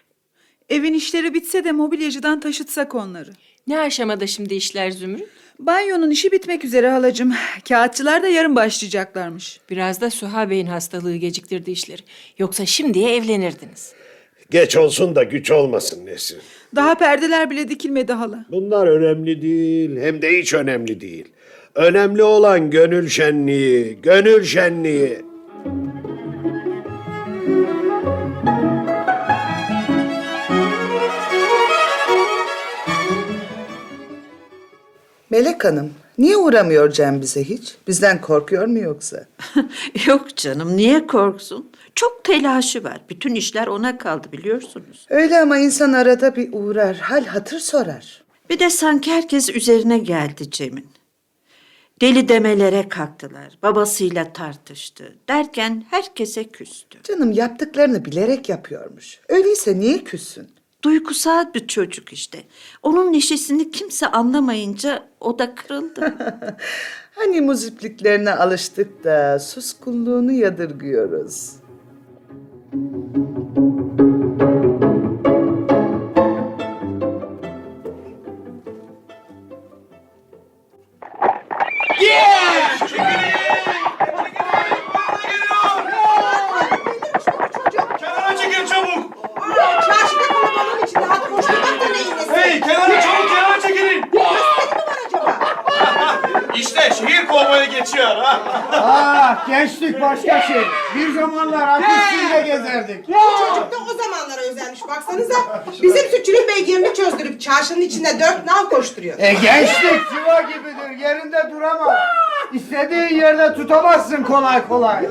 Speaker 3: Evin işleri bitse de mobilyacıdan taşıtsak onları.
Speaker 6: Ne aşamada şimdi işler Zümrüt?
Speaker 3: Banyonun işi bitmek üzere halacığım. Kağıtçılar da yarın başlayacaklarmış.
Speaker 6: Biraz da Süha Bey'in hastalığı geciktirdi işleri. Yoksa şimdiye evlenirdiniz.
Speaker 4: Geç olsun da güç olmasın Nesrin.
Speaker 3: Daha perdeler bile dikilmedi hala.
Speaker 4: Bunlar önemli değil, hem de hiç önemli değil. Önemli olan gönül şenliği, gönül şenliği.
Speaker 5: Melek Hanım, niye uğramıyor Cem bize hiç? Bizden korkuyor mu yoksa?
Speaker 7: Yok canım niye korksun? Çok telaşı var. Bütün işler ona kaldı biliyorsunuz.
Speaker 5: Öyle ama insan arada bir uğrar, hal hatır sorar.
Speaker 7: Bir de sanki herkes üzerine geldi Cem'in. Deli demelere kalktılar. Babasıyla tartıştı. Derken herkese küstü.
Speaker 5: Canım yaptıklarını bilerek yapıyormuş. Öyleyse niye küssün?
Speaker 7: Duygusal bir çocuk işte. Onun neşesini kimse anlamayınca o da
Speaker 5: [LAUGHS]
Speaker 7: kırıldı.
Speaker 5: Hani muzipliklerine alıştık da suskunluğunu yadırgıyoruz.
Speaker 8: Kenara çekil çabuk.
Speaker 17: Çarşıda kalabalığın içinde hadi koşturmak da neyin nesi?
Speaker 8: Hey kenara çabuk kenara çekilin. işte şehir kovboyu geçiyor ha.
Speaker 18: Ah gençlik başka şey. Bir zamanlar at üstünde gezerdik.
Speaker 17: Bu çocuk da o zamanlara özenmiş baksanıza. Bizim sütçünün beygirini çözdürüp çarşının içinde dört nal koşturuyor.
Speaker 18: E gençlik civa gibidir. Yerinde duramaz. İstediğin yerde tutamazsın kolay kolay.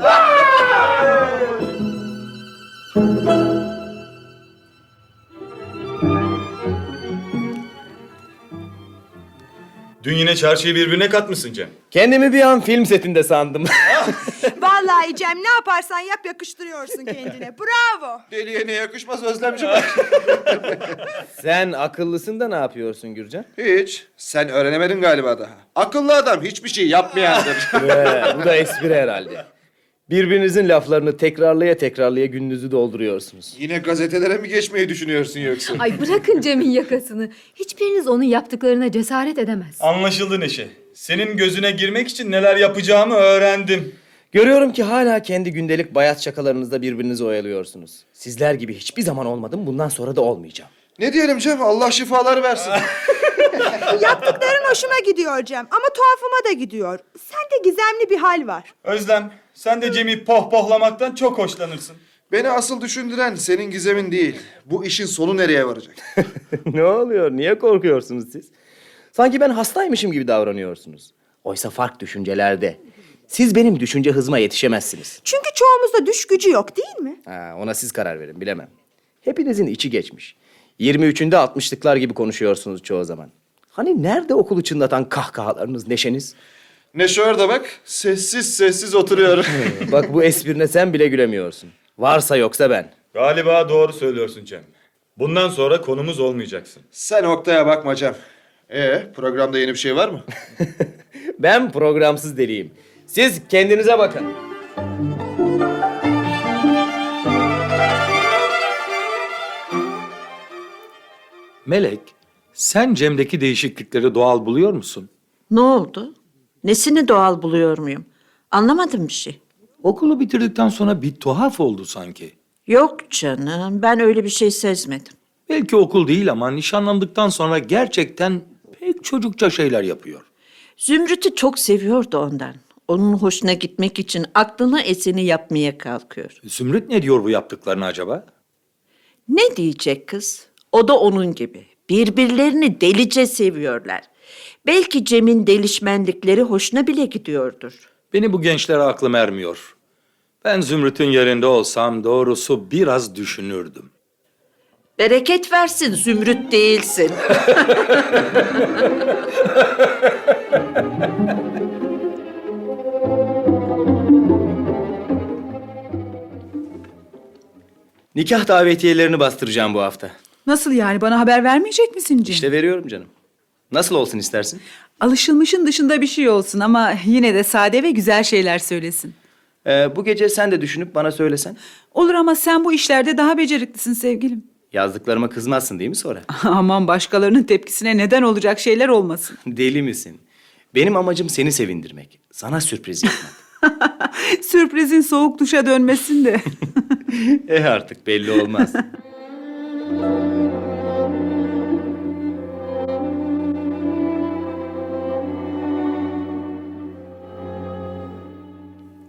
Speaker 16: Dün yine çarşıyı birbirine katmışsın Cem.
Speaker 2: Kendimi bir an film setinde sandım.
Speaker 17: [LAUGHS]
Speaker 2: [LAUGHS]
Speaker 17: Vallahi Cem ne yaparsan yap yakıştırıyorsun kendine. Bravo.
Speaker 11: Deliye ne yakışmaz Özlemciğim.
Speaker 2: [LAUGHS] Sen akıllısın da ne yapıyorsun Gürcan?
Speaker 11: Hiç. Sen öğrenemedin galiba daha. Akıllı adam hiçbir şey yapmayandır.
Speaker 2: Ee, bu da espri herhalde. Birbirinizin laflarını tekrarlaya tekrarlaya gününüzü dolduruyorsunuz.
Speaker 11: Yine gazetelere mi geçmeyi düşünüyorsun yoksa?
Speaker 10: Ay bırakın Cem'in yakasını. Hiçbiriniz onun yaptıklarına cesaret edemez.
Speaker 15: Anlaşıldı Neşe. Senin gözüne girmek için neler yapacağımı öğrendim.
Speaker 2: Görüyorum ki hala kendi gündelik bayat şakalarınızda birbirinizi oyalıyorsunuz. Sizler gibi hiçbir zaman olmadım, bundan sonra da olmayacağım.
Speaker 11: Ne diyelim Cem? Allah şifalar versin.
Speaker 17: [LAUGHS] Yaptıkların hoşuma gidiyor Cem ama tuhafıma da gidiyor. Sende gizemli bir hal var.
Speaker 15: Özlem, [LAUGHS] sen de Cem'i pohpohlamaktan çok hoşlanırsın.
Speaker 11: Beni asıl düşündüren senin gizemin değil. Bu işin sonu nereye varacak?
Speaker 2: [LAUGHS] ne oluyor? Niye korkuyorsunuz siz? Sanki ben hastaymışım gibi davranıyorsunuz. Oysa fark düşüncelerde. Siz benim düşünce hızıma yetişemezsiniz.
Speaker 17: Çünkü çoğumuzda düş gücü yok değil mi?
Speaker 2: Ha, ona siz karar verin, bilemem. Hepinizin içi geçmiş. 23'ünde 60'lıklar gibi konuşuyorsunuz çoğu zaman. Hani nerede okulu çınlatan kahkahalarınız, neşeniz?
Speaker 11: Neşe orada bak. Sessiz
Speaker 2: [LAUGHS]
Speaker 11: sessiz oturuyor.
Speaker 2: Bak bu esprine sen bile gülemiyorsun. Varsa yoksa ben.
Speaker 15: Galiba doğru söylüyorsun Cem. Bundan sonra konumuz olmayacaksın.
Speaker 11: Sen Oktay'a bakma Cem. Ee, programda yeni bir şey var mı?
Speaker 2: [LAUGHS] ben programsız deliyim. Siz kendinize bakın.
Speaker 8: Melek, sen Cem'deki değişiklikleri doğal buluyor musun?
Speaker 7: Ne oldu? Nesini doğal buluyor muyum? Anlamadım bir şey.
Speaker 8: Okulu bitirdikten sonra bir tuhaf oldu sanki.
Speaker 7: Yok canım, ben öyle bir şey sezmedim.
Speaker 8: Belki okul değil ama nişanlandıktan sonra gerçekten pek çocukça şeyler yapıyor.
Speaker 7: Zümrüt'ü çok seviyordu ondan. Onun hoşuna gitmek için aklına eseni yapmaya kalkıyor.
Speaker 8: Zümrüt ne diyor bu yaptıklarına acaba?
Speaker 7: Ne diyecek kız? O da onun gibi. Birbirlerini delice seviyorlar. Belki Cem'in delişmenlikleri hoşuna bile gidiyordur.
Speaker 8: Beni bu gençlere aklım ermiyor. Ben Zümrüt'ün yerinde olsam doğrusu biraz düşünürdüm.
Speaker 7: Bereket versin Zümrüt değilsin.
Speaker 2: Nikah davetiyelerini bastıracağım bu hafta.
Speaker 3: Nasıl yani bana haber vermeyecek misin Cem?
Speaker 2: İşte veriyorum canım. Nasıl olsun istersin?
Speaker 3: Alışılmışın dışında bir şey olsun ama yine de sade ve güzel şeyler söylesin.
Speaker 2: Ee, bu gece sen de düşünüp bana söylesen.
Speaker 3: Olur ama sen bu işlerde daha beceriklisin sevgilim. [LAUGHS]
Speaker 2: Yazdıklarıma kızmazsın değil mi sonra?
Speaker 3: Aman başkalarının tepkisine neden olacak şeyler olmasın.
Speaker 2: Deli misin? Benim amacım seni sevindirmek. Sana sürpriz
Speaker 3: [LAUGHS]
Speaker 2: yapmak.
Speaker 3: Sürprizin soğuk duşa dönmesin de.
Speaker 2: eh artık belli olmaz.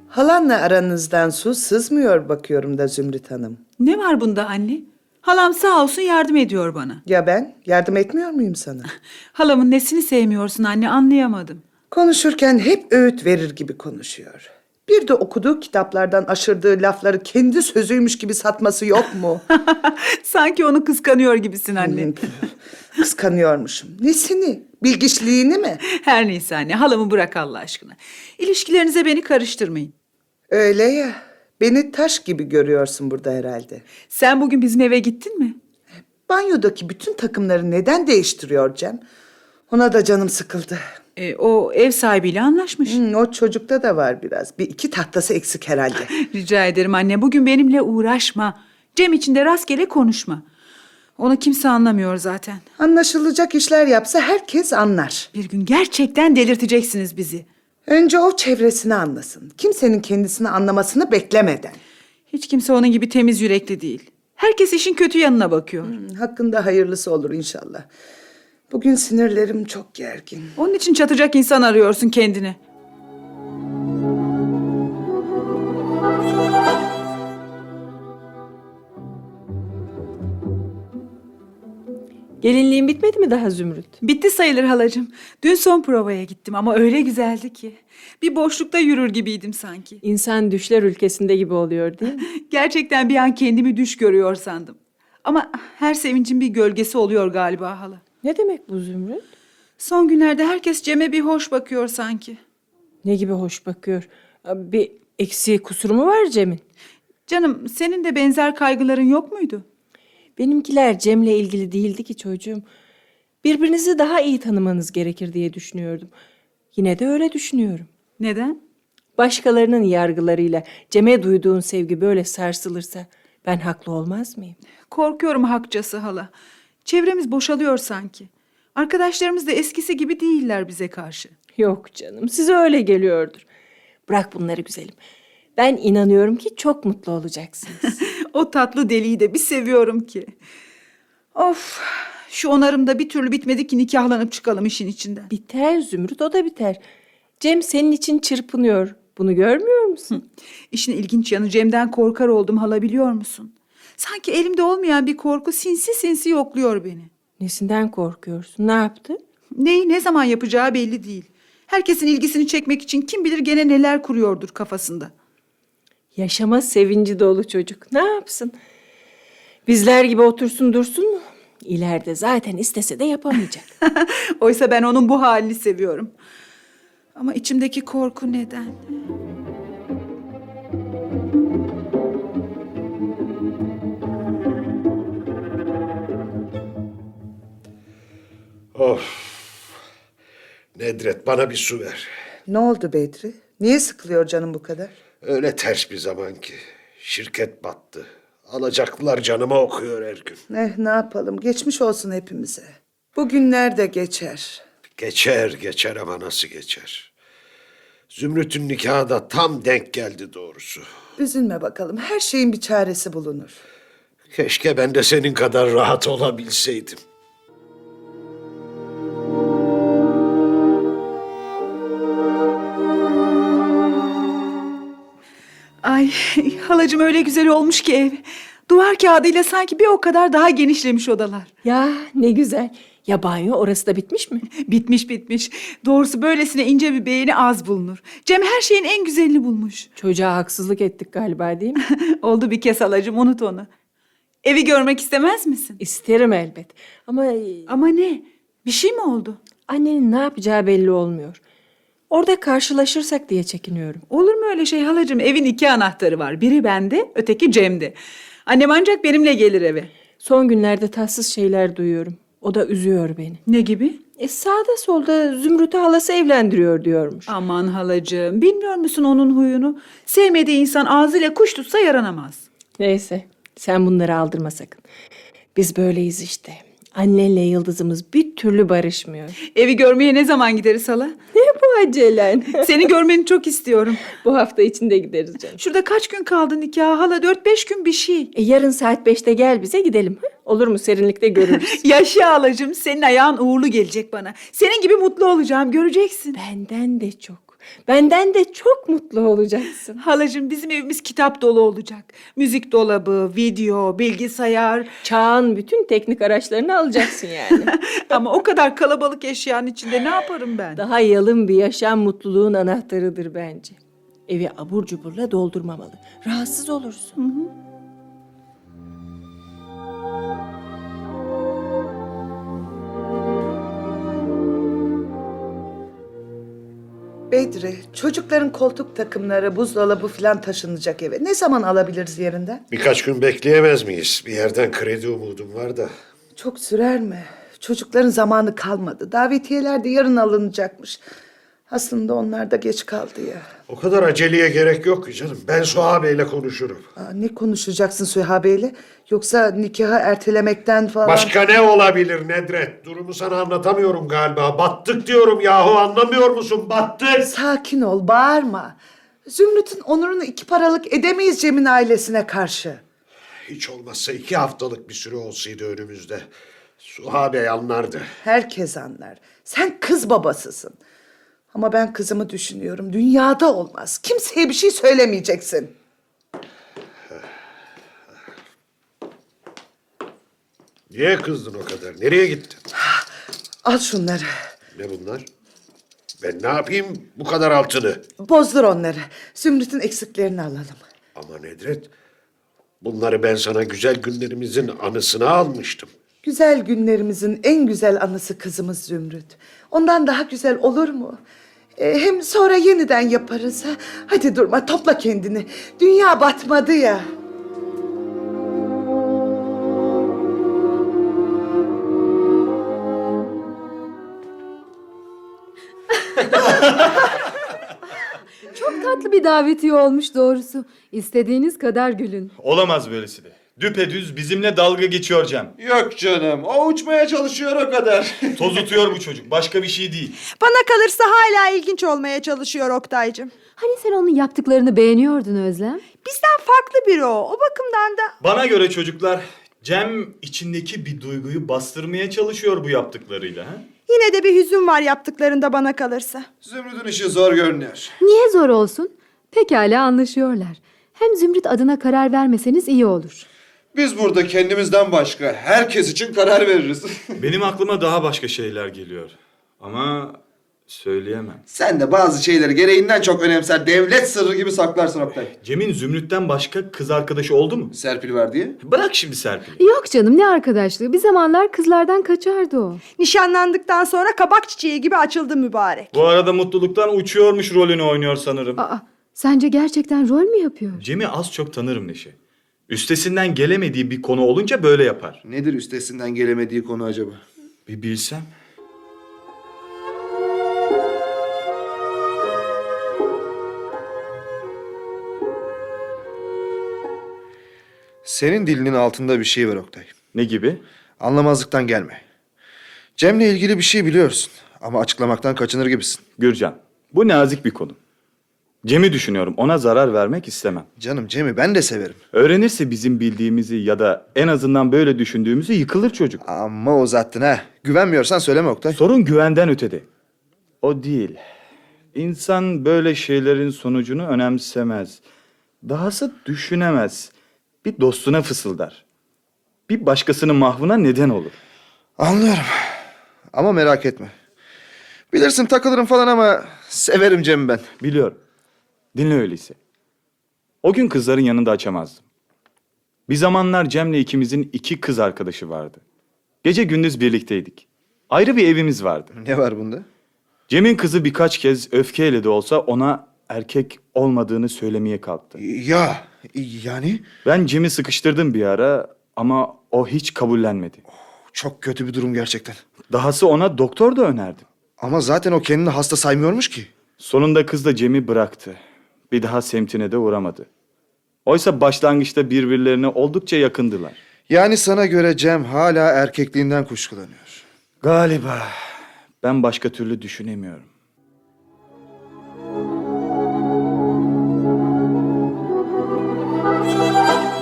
Speaker 5: Halanla aranızdan su sızmıyor bakıyorum da Zümrüt Hanım.
Speaker 3: ne var bunda anne? Halam sağ olsun yardım ediyor bana.
Speaker 5: Ya ben? Yardım etmiyor muyum sana?
Speaker 3: [LAUGHS] Halamın nesini sevmiyorsun anne anlayamadım.
Speaker 5: Konuşurken hep öğüt verir gibi konuşuyor. Bir de okuduğu kitaplardan aşırdığı lafları kendi sözüymüş gibi satması yok mu?
Speaker 3: [LAUGHS]
Speaker 5: Hmm.
Speaker 3: Sanki onu kıskanıyor gibisin anne.
Speaker 5: Kıskanıyormuşum. Nesini? Bilgiçliğini mi?
Speaker 3: Her neyse anne halamı bırak Allah aşkına. İlişkilerinize beni karıştırmayın.
Speaker 5: Öyle ya. Beni taş gibi görüyorsun burada herhalde.
Speaker 3: Sen bugün bizim eve gittin mi?
Speaker 5: Banyodaki bütün takımları neden değiştiriyor Cem? Ona da canım sıkıldı.
Speaker 3: E,
Speaker 5: Hmm,
Speaker 3: o ev sahibiyle anlaşmış.
Speaker 5: o çocukta da var biraz. Bir iki tahtası eksik
Speaker 3: [LAUGHS]
Speaker 5: herhalde.
Speaker 3: Rica ederim anne bugün benimle uğraşma. Cem için de rastgele konuşma. Onu kimse anlamıyor zaten.
Speaker 5: Anlaşılacak işler yapsa herkes anlar.
Speaker 3: Bir gün gerçekten delirteceksiniz bizi.
Speaker 5: Önce o çevresini anlasın. Kimsenin kendisini anlamasını beklemeden.
Speaker 3: Hiç kimse onun gibi temiz yürekli değil. Herkes işin kötü yanına bakıyor.
Speaker 5: Hakkında hayırlısı olur Hmm, inşallah. Bugün sinirlerim çok gergin.
Speaker 3: Onun için çatacak insan arıyorsun kendine.
Speaker 6: Gelinliğin bitmedi mi daha Zümrüt?
Speaker 3: Bitti sayılır halacığım. Dün son provaya gittim ama öyle güzeldi ki. Bir boşlukta yürür gibiydim sanki.
Speaker 6: İnsan düşler ülkesinde gibi oluyor değil mi?
Speaker 3: [LAUGHS] Gerçekten bir an kendimi düş görüyor sandım. Ama her sevincin bir gölgesi oluyor galiba hala.
Speaker 6: Ne demek bu Zümrüt?
Speaker 3: Son günlerde herkes Cem'e bir hoş bakıyor sanki.
Speaker 6: Ne gibi hoş bakıyor. Ee, Bir eksiği kusuru mu var Cem'in?
Speaker 3: Canım senin de benzer kaygıların yok muydu?
Speaker 6: Benimkiler Cem'le ilgili değildi ki çocuğum. Birbirinizi daha iyi tanımanız gerekir diye düşünüyordum. Yine de öyle düşünüyorum.
Speaker 3: Neden?
Speaker 6: Başkalarının yargılarıyla Cem'e duyduğun sevgi böyle sarsılırsa ben haklı olmaz mıyım?
Speaker 3: Korkuyorum hakçası hala. Çevremiz boşalıyor sanki. Arkadaşlarımız da eskisi gibi değiller bize karşı.
Speaker 6: Yok canım size öyle geliyordur. Bırak bunları güzelim. Ben inanıyorum ki çok mutlu olacaksınız.
Speaker 3: [LAUGHS] o tatlı deliyi de bir seviyorum ki. Of şu onarımda bir türlü bitmedi ki nikahlanıp çıkalım işin içinden.
Speaker 6: Biter Zümrüt o da biter. Cem senin için çırpınıyor. Bunu görmüyor musun?
Speaker 3: İşin ilginç yanı Cem'den korkar oldum hala biliyor musun? Sanki elimde olmayan bir korku sinsi sinsi yokluyor beni.
Speaker 6: Nesinden korkuyorsun? Ne yaptı?
Speaker 3: Neyi ne zaman yapacağı belli değil. Herkesin ilgisini çekmek için kim bilir gene neler kuruyordur kafasında.
Speaker 6: Yaşama sevinci dolu çocuk. Ne yapsın? Bizler gibi otursun dursun mu? İleride zaten istese de
Speaker 3: [LAUGHS]
Speaker 6: yapamayacak.
Speaker 3: Oysa ben onun bu halini seviyorum. Ama içimdeki korku neden?
Speaker 4: Of. Nedret bana bir su ver.
Speaker 5: Ne oldu Bedri? Niye sıkılıyor canım bu kadar?
Speaker 4: Öyle ters bir zaman ki. Şirket battı. Alacaklılar canıma okuyor her gün.
Speaker 5: Eh ne yapalım geçmiş olsun hepimize. Bugünler de geçer.
Speaker 4: Geçer geçer ama nasıl geçer. Zümrüt'ün nikahı da tam denk geldi doğrusu.
Speaker 5: Üzülme bakalım her şeyin bir çaresi bulunur.
Speaker 4: Keşke ben de senin kadar rahat olabilseydim.
Speaker 3: Ay halacım öyle güzel olmuş ki ev. Duvar kağıdıyla sanki bir o kadar daha genişlemiş odalar.
Speaker 6: Ya ne güzel. Ya banyo orası da bitmiş mi?
Speaker 3: [LAUGHS] bitmiş bitmiş. Doğrusu böylesine ince bir beğeni az bulunur. Cem her şeyin en güzelini bulmuş.
Speaker 6: Çocuğa haksızlık ettik galiba değil mi?
Speaker 3: [LAUGHS] Oldu bir kez halacım unut onu. Evi görmek istemez misin?
Speaker 6: İsterim elbet. Ama... e,
Speaker 3: Ama ne? Bir şey mi oldu?
Speaker 6: Annenin ne yapacağı belli olmuyor. Orada karşılaşırsak diye çekiniyorum.
Speaker 3: Olur mu öyle şey halacığım? Evin iki anahtarı var. Biri bende, öteki Cem'de. Annem ancak benimle gelir eve.
Speaker 6: Son günlerde tatsız şeyler duyuyorum. O da üzüyor beni.
Speaker 3: Ne gibi?
Speaker 6: E sağda solda Zümrüt'ü halası evlendiriyor diyormuş.
Speaker 3: Aman halacığım, bilmiyor musun onun huyunu? Sevmediği insan ağzıyla kuş tutsa yaranamaz.
Speaker 6: Neyse sen bunları aldırma sakın. Biz böyleyiz işte. Annenle yıldızımız bir türlü barışmıyor.
Speaker 3: Evi görmeye ne zaman gideriz hala?
Speaker 6: Ne bu acelen?
Speaker 3: [LAUGHS] Seni görmeni çok istiyorum.
Speaker 6: bu hafta içinde gideriz canım.
Speaker 3: Şurada kaç gün kaldı nikah hala? Dört beş gün bir şey.
Speaker 6: E, yarın saat beşte gel bize gidelim. ha? Olur mu serinlikte görürüz.
Speaker 3: [LAUGHS] Yaşa halacığım, senin ayağın uğurlu gelecek bana. Senin gibi mutlu olacağım, göreceksin.
Speaker 6: Benden de çok. Benden de çok mutlu olacaksın.
Speaker 3: Halacığım bizim evimiz kitap dolu olacak. Müzik dolabı, video, bilgisayar.
Speaker 6: Çağın bütün teknik araçlarını alacaksın yani.
Speaker 3: [LAUGHS] Ama o kadar kalabalık eşyanın içinde ne yaparım ben?
Speaker 6: Daha yalın bir yaşam mutluluğun anahtarıdır bence. Evi abur cuburla doldurmamalı. Rahatsız olursun.
Speaker 5: Bedri çocukların koltuk takımları, buzdolabı falan taşınacak eve. Ne zaman alabiliriz yerinden?
Speaker 4: Birkaç gün bekleyemez miyiz? Bir yerden kredi umudum var da.
Speaker 5: Çok sürer mi? Çocukların zamanı kalmadı. Davetiyeler de yarın alınacakmış. Aslında onlar da geç kaldı ya.
Speaker 4: O kadar aceleye gerek yok ki canım. Ben Suha Bey'le konuşurum.
Speaker 5: Aa, ne konuşacaksın Süha Bey'le? Yoksa nikahı ertelemekten falan...
Speaker 4: Başka ne olabilir Nedret? Durumu sana anlatamıyorum galiba. Battık diyorum yahu anlamıyor musun? Battık.
Speaker 5: Sakin ol, bağırma. Zümrüt'ün onurunu iki paralık edemeyiz Cem'in ailesine karşı.
Speaker 4: Hiç olmazsa iki haftalık bir süre olsaydı önümüzde. Suha Bey anlardı.
Speaker 5: Herkes anlar. Sen kız babasısın. Ama ben kızımı düşünüyorum. Dünyada olmaz. Kimseye bir şey söylemeyeceksin.
Speaker 4: Niye kızdın o kadar? Nereye gittin?
Speaker 5: Al şunları.
Speaker 4: Ne bunlar? Ben ne yapayım bu kadar altını?
Speaker 5: Bozdur onları. Zümrüt'ün eksiklerini alalım.
Speaker 4: Ama Nedret, bunları ben sana güzel günlerimizin anısına almıştım.
Speaker 5: Güzel günlerimizin en güzel anısı kızımız Zümrüt. Ondan daha güzel olur mu? E, hem sonra yeniden yaparız. Ha? Hadi durma topla kendini. Dünya batmadı ya.
Speaker 14: Çok
Speaker 10: tatlı bir davetiye olmuş doğrusu. İstediğiniz kadar gülün.
Speaker 15: Olamaz böylesi de. Düpedüz bizimle dalga geçiyor Cem.
Speaker 11: Yok canım. O uçmaya çalışıyor o kadar. [LAUGHS]
Speaker 15: Tozutuyor bu çocuk. Başka bir şey değil.
Speaker 17: Bana kalırsa hala ilginç olmaya çalışıyor Oktay'cığım.
Speaker 10: Hani sen onun yaptıklarını beğeniyordun Özlem?
Speaker 17: Bizden farklı biri o. O bakımdan da
Speaker 15: Bana göre çocuklar Cem içindeki bir duyguyu bastırmaya çalışıyor bu yaptıklarıyla. ha?
Speaker 17: yine de bir hüzün var yaptıklarında bana kalırsa.
Speaker 11: Zümrüt'ün işi zor görünüyor.
Speaker 10: Niye zor olsun? Pekala anlaşıyorlar. Hem Zümrüt adına karar vermeseniz iyi olur.
Speaker 11: Biz burada kendimizden başka herkes için karar veririz. [LAUGHS]
Speaker 15: Benim aklıma daha başka şeyler geliyor. Ama söyleyemem.
Speaker 11: Sen de bazı şeyleri gereğinden çok önemser devlet sırrı gibi saklarsın Oktay.
Speaker 15: Cem'in Zümrüt'ten başka kız arkadaşı oldu mu?
Speaker 11: Serpil var diye.
Speaker 15: Bırak şimdi Serpil.
Speaker 10: Yok canım ne arkadaşlığı. Bir zamanlar kızlardan kaçardı o.
Speaker 17: Nişanlandıktan sonra kabak çiçeği gibi açıldı mübarek.
Speaker 15: Bu arada mutluluktan uçuyormuş rolünü oynuyor sanırım.
Speaker 10: Aa, sence gerçekten rol mü yapıyor?
Speaker 15: Cem'i az çok tanırım Neşe. Üstesinden gelemediği bir konu olunca böyle yapar.
Speaker 11: Nedir üstesinden gelemediği konu acaba?
Speaker 15: Bir bilsem.
Speaker 11: Senin dilinin altında bir şey var Oktay.
Speaker 15: Ne gibi?
Speaker 11: Anlamazlıktan gelme. Cem'le ilgili bir şey biliyorsun ama açıklamaktan kaçınır gibisin.
Speaker 15: Gürcan, bu nazik bir konu. Cem'i düşünüyorum. Ona zarar vermek istemem.
Speaker 11: Canım Cem'i ben de severim.
Speaker 15: Öğrenirse bizim bildiğimizi ya da en azından böyle düşündüğümüzü yıkılır çocuk.
Speaker 11: Ama uzattın ha. Güvenmiyorsan söyleme Oktay.
Speaker 15: Sorun güvenden ötede. O değil. İnsan böyle şeylerin sonucunu önemsemez. Dahası düşünemez. Bir dostuna fısıldar. Bir başkasının mahvına neden olur.
Speaker 11: Anlıyorum. Ama merak etme. Bilirsin takılırım falan ama severim Cem'i ben.
Speaker 15: Biliyorum. Dinle öyleyse. O gün kızların yanında açamazdım. Bir zamanlar Cem'le ikimizin iki kız arkadaşı vardı. Gece gündüz birlikteydik. Ayrı bir evimiz vardı.
Speaker 11: Ne var bunda?
Speaker 15: Cem'in kızı birkaç kez öfkeyle de olsa ona erkek olmadığını söylemeye kalktı.
Speaker 11: Ya yani?
Speaker 15: Ben Cem'i sıkıştırdım bir ara ama o hiç kabullenmedi.
Speaker 11: Çok kötü bir durum gerçekten.
Speaker 15: Dahası ona doktor da önerdim.
Speaker 11: Ama zaten o kendini hasta saymıyormuş ki.
Speaker 15: Sonunda kız da Cem'i bıraktı. Bir daha semtine de uğramadı. Oysa başlangıçta birbirlerine oldukça yakındılar.
Speaker 11: Yani sana göre Cem hala erkekliğinden kuşkulanıyor.
Speaker 15: Galiba. Ben başka türlü düşünemiyorum.
Speaker 4: [LAUGHS]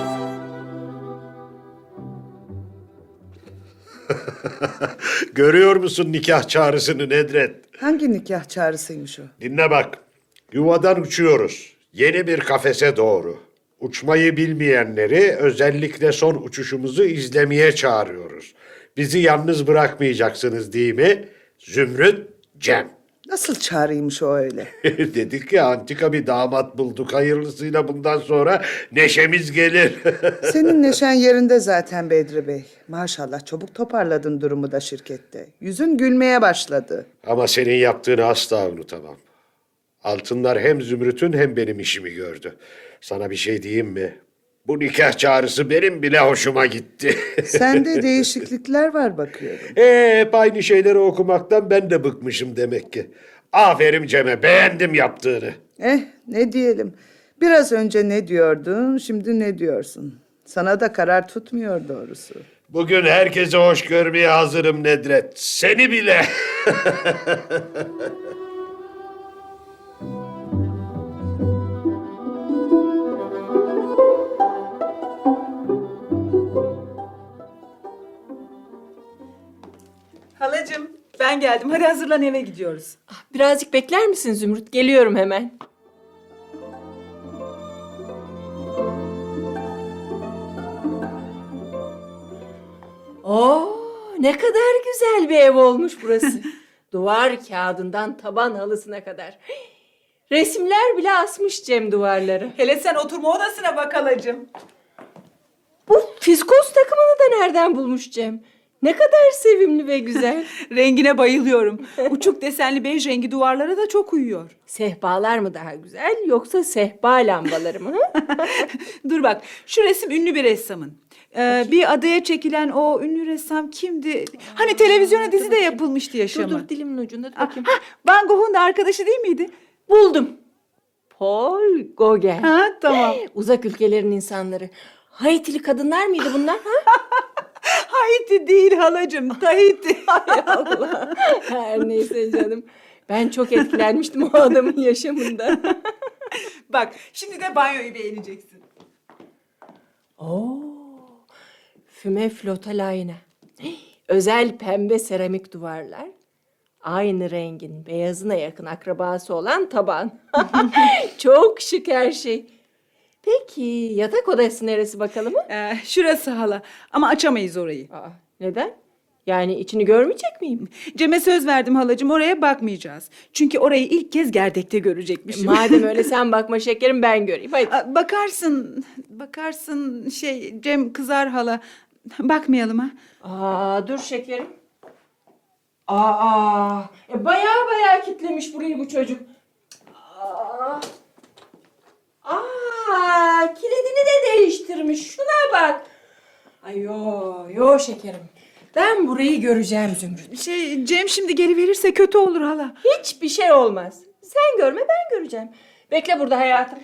Speaker 4: Görüyor musun nikah çağrısını Nedret?
Speaker 12: Hangi nikah çağrısıymış o?
Speaker 4: Dinle bak. Yuvadan uçuyoruz. Yeni bir kafese doğru. Uçmayı bilmeyenleri özellikle son uçuşumuzu izlemeye çağırıyoruz. Bizi yalnız bırakmayacaksınız değil mi? Zümrüt Cem.
Speaker 12: Nasıl çağrıymış o öyle?
Speaker 4: [LAUGHS] Dedik ya antika bir damat bulduk. Hayırlısıyla bundan sonra neşemiz gelir. [LAUGHS]
Speaker 12: Senin neşen yerinde zaten Bedri Bey. Maşallah çabuk toparladın durumu da şirkette. Yüzün gülmeye başladı.
Speaker 4: Ama senin yaptığını asla unutamam. Altınlar hem Zümrüt'ün hem benim işimi gördü. Sana bir şey diyeyim mi? Bu nikah çağrısı benim bile hoşuma gitti. [LAUGHS]
Speaker 12: Sende değişiklikler var bakıyorum.
Speaker 4: Ee, hep aynı şeyleri okumaktan ben de bıkmışım demek ki. Aferin Cem'e, beğendim yaptığını.
Speaker 12: Eh ne diyelim. Biraz önce ne diyordun şimdi ne diyorsun? Sana da karar tutmuyor doğrusu.
Speaker 4: Bugün herkese hoş görmeye hazırım Nedret. Seni bile. [LAUGHS]
Speaker 6: Halacığım ben geldim. Hadi hazırlan eve gidiyoruz. Ah, Birazcık bekler misin Zümrüt? Geliyorum hemen. Oo, ne kadar güzel bir ev olmuş [LAUGHS] burası. Duvar kağıdından taban halısına kadar. [GASPS] Resimler bile asmış Cem duvarları. Hele sen oturma odasına bak halacığım. Bu fiskos takımını da nereden bulmuş Cem? Ne kadar sevimli ve güzel.
Speaker 3: [LAUGHS] Rengine bayılıyorum. Uçuk desenli bej rengi duvarlara da çok uyuyor.
Speaker 6: Sehpalar mı daha güzel yoksa sehpa lambaları mı?
Speaker 3: Dur bak şu resim ünlü bir ressamın. Ee, bir adaya çekilen o ünlü ressam kimdi? Hani televizyona dizi de yapılmıştı yaşamı.
Speaker 6: dur, dilimin ucunda dur bakayım.
Speaker 3: Van Gogh'un da arkadaşı değil miydi?
Speaker 6: Buldum. Paul Gauguin.
Speaker 3: Ha, tamam.
Speaker 6: [GASPS] Uzak ülkelerin insanları. Haitili kadınlar mıydı bunlar? Ha?
Speaker 3: [LAUGHS] Haiti değil halacığım, Tahiti.
Speaker 6: [LAUGHS] Hay Allah. Her neyse canım. Ben çok etkilenmiştim o adamın yaşamında.
Speaker 3: [LAUGHS] Bak şimdi de banyoyu beğeneceksin.
Speaker 6: Oo. Füme flota layne. Özel pembe seramik duvarlar. Aynı rengin beyazına yakın akrabası olan taban. [LAUGHS] Çok şık her şey. Peki yatak odası neresi bakalım?
Speaker 3: Ee, şurası hala ama açamayız orayı.
Speaker 6: neden? Yani içini görmeyecek miyim?
Speaker 3: Cem'e söz verdim halacığım oraya bakmayacağız. Çünkü orayı ilk kez gerdekte görecekmişim.
Speaker 6: E,
Speaker 3: [LAUGHS]
Speaker 6: Madem öyle sen bakma şekerim ben göreyim. Hadi.
Speaker 3: Aa, Bakarsın, bakarsın şey Cem kızar hala. Bakmayalım ha.
Speaker 6: Aa dur şekerim. Aa, e, bayağı bayağı kitlemiş burayı bu çocuk. Aa, aa kilidini de değiştirmiş. Şuna bak. Ay yo, yo şekerim. Ben burayı göreceğim Zümrüt.
Speaker 3: Şey Cem şimdi geri verirse kötü olur hala.
Speaker 6: Hiçbir şey olmaz. Sen görme ben göreceğim. Bekle burada hayatım.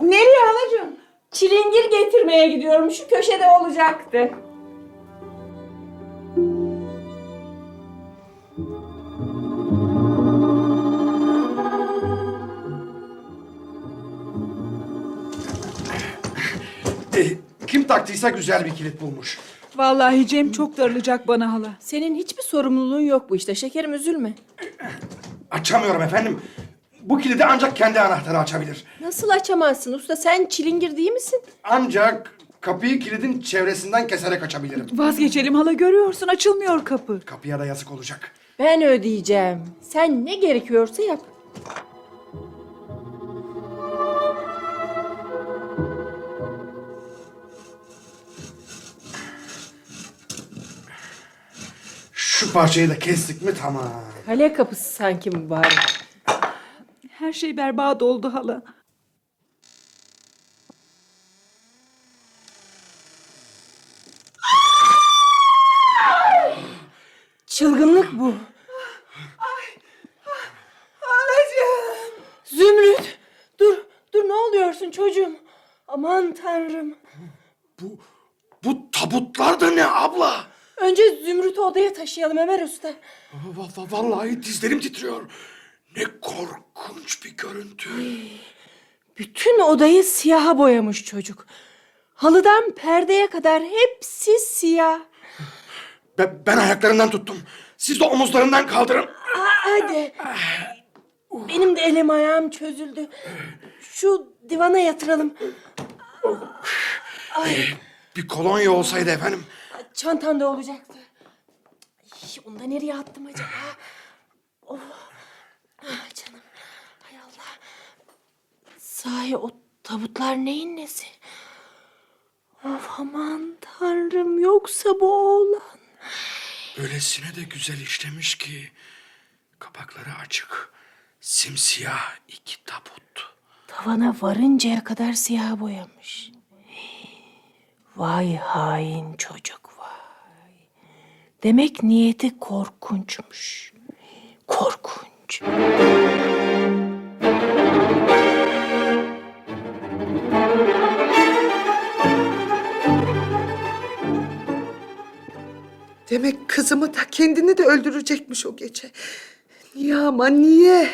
Speaker 3: Nereye halacığım?
Speaker 6: Çilingir getirmeye gidiyorum. Şu köşede olacaktı.
Speaker 11: Kim taktıysa güzel bir kilit bulmuş.
Speaker 3: Vallahi Cem çok darılacak bana hala.
Speaker 6: Senin hiçbir sorumluluğun yok bu işte. Şekerim üzülme.
Speaker 19: Açamıyorum efendim. Bu kilidi ancak kendi anahtarı açabilir.
Speaker 6: Nasıl açamazsın usta? Sen çilingir değil misin?
Speaker 19: Ancak kapıyı kilidin çevresinden keserek açabilirim.
Speaker 3: Vazgeçelim hala görüyorsun açılmıyor kapı.
Speaker 19: Kapıya da yazık olacak.
Speaker 6: Ben ödeyeceğim. Sen ne gerekiyorsa yap.
Speaker 19: Şu parçayı da kestik mi tamam.
Speaker 6: Kale kapısı sanki mübarek.
Speaker 3: Her şey berbat oldu hala.
Speaker 6: Çılgınlık bu.
Speaker 3: Halacığım.
Speaker 6: Zümrüt dur dur ne oluyorsun çocuğum? Aman tanrım.
Speaker 19: Bu tabutlar da ne abla?
Speaker 6: Önce Zümrüt'ü odaya taşıyalım Ömer Usta.
Speaker 19: Va- va- Vallahi dizlerim titriyor. Ne korkunç bir görüntü.
Speaker 6: Bütün odayı siyaha boyamış çocuk. Halıdan perdeye kadar hepsi siyah.
Speaker 19: Ben, ben ayaklarından tuttum. Siz de omuzlarından kaldırın.
Speaker 6: Aa, hadi. Benim de elim ayağım çözüldü. Şu divana yatıralım.
Speaker 19: Bir kolonya olsaydı efendim.
Speaker 6: Çantamda olacaktı. Ay, onu da nereye attım acaba? Oh. Ah, canım. Hay Allah. Sahi o tabutlar neyin nesi? Of aman tanrım yoksa bu oğlan.
Speaker 19: Böylesine de güzel işlemiş ki. Kapakları açık. Simsiyah iki tabut.
Speaker 6: Tavana varıncaya kadar siyah boyamış. Vay hain çocuk vay. Demek niyeti korkunçmuş. Korkunç.
Speaker 5: Demek kızımı da kendini de öldürecekmiş o gece. Niye ama niye?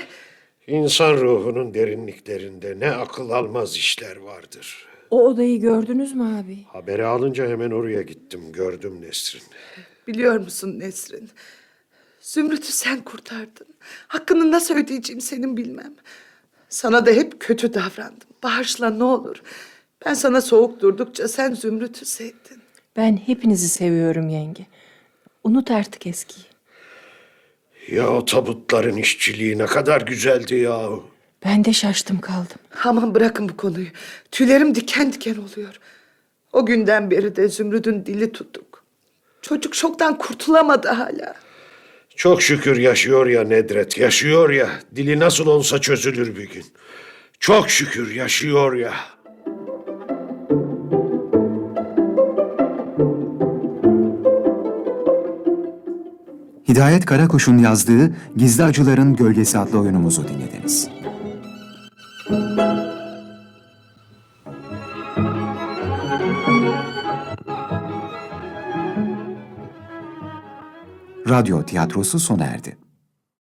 Speaker 4: İnsan ruhunun derinliklerinde ne akıl almaz işler vardır.
Speaker 6: O odayı gördünüz mü abi?
Speaker 4: Haberi alınca hemen oraya gittim. Gördüm Nesrin.
Speaker 5: Biliyor musun Nesrin? Zümrüt'ü sen kurtardın. Hakkını nasıl ödeyeceğim senin bilmem. Sana da hep kötü davrandım. Bağışla ne olur. Ben sana soğuk durdukça sen Zümrüt'ü sevdin.
Speaker 6: Ben hepinizi seviyorum yenge. Unut artık eskiyi.
Speaker 4: Ya o tabutların işçiliği ne kadar güzeldi ya.
Speaker 6: Ben de şaştım kaldım.
Speaker 5: Aman bırakın bu konuyu. Tüylerim diken diken oluyor. O günden beri de Zümrüt'ün dili tutuk. Çocuk şoktan kurtulamadı hala.
Speaker 4: Çok şükür yaşıyor ya Nedret. Yaşıyor ya. Dili nasıl olsa çözülür bir gün. Çok şükür yaşıyor ya.
Speaker 1: Hidayet Karakuş'un yazdığı Gizli Acıların Gölgesi adlı oyunumuzu dinlediniz. Radyo tiyatrosu sona erdi.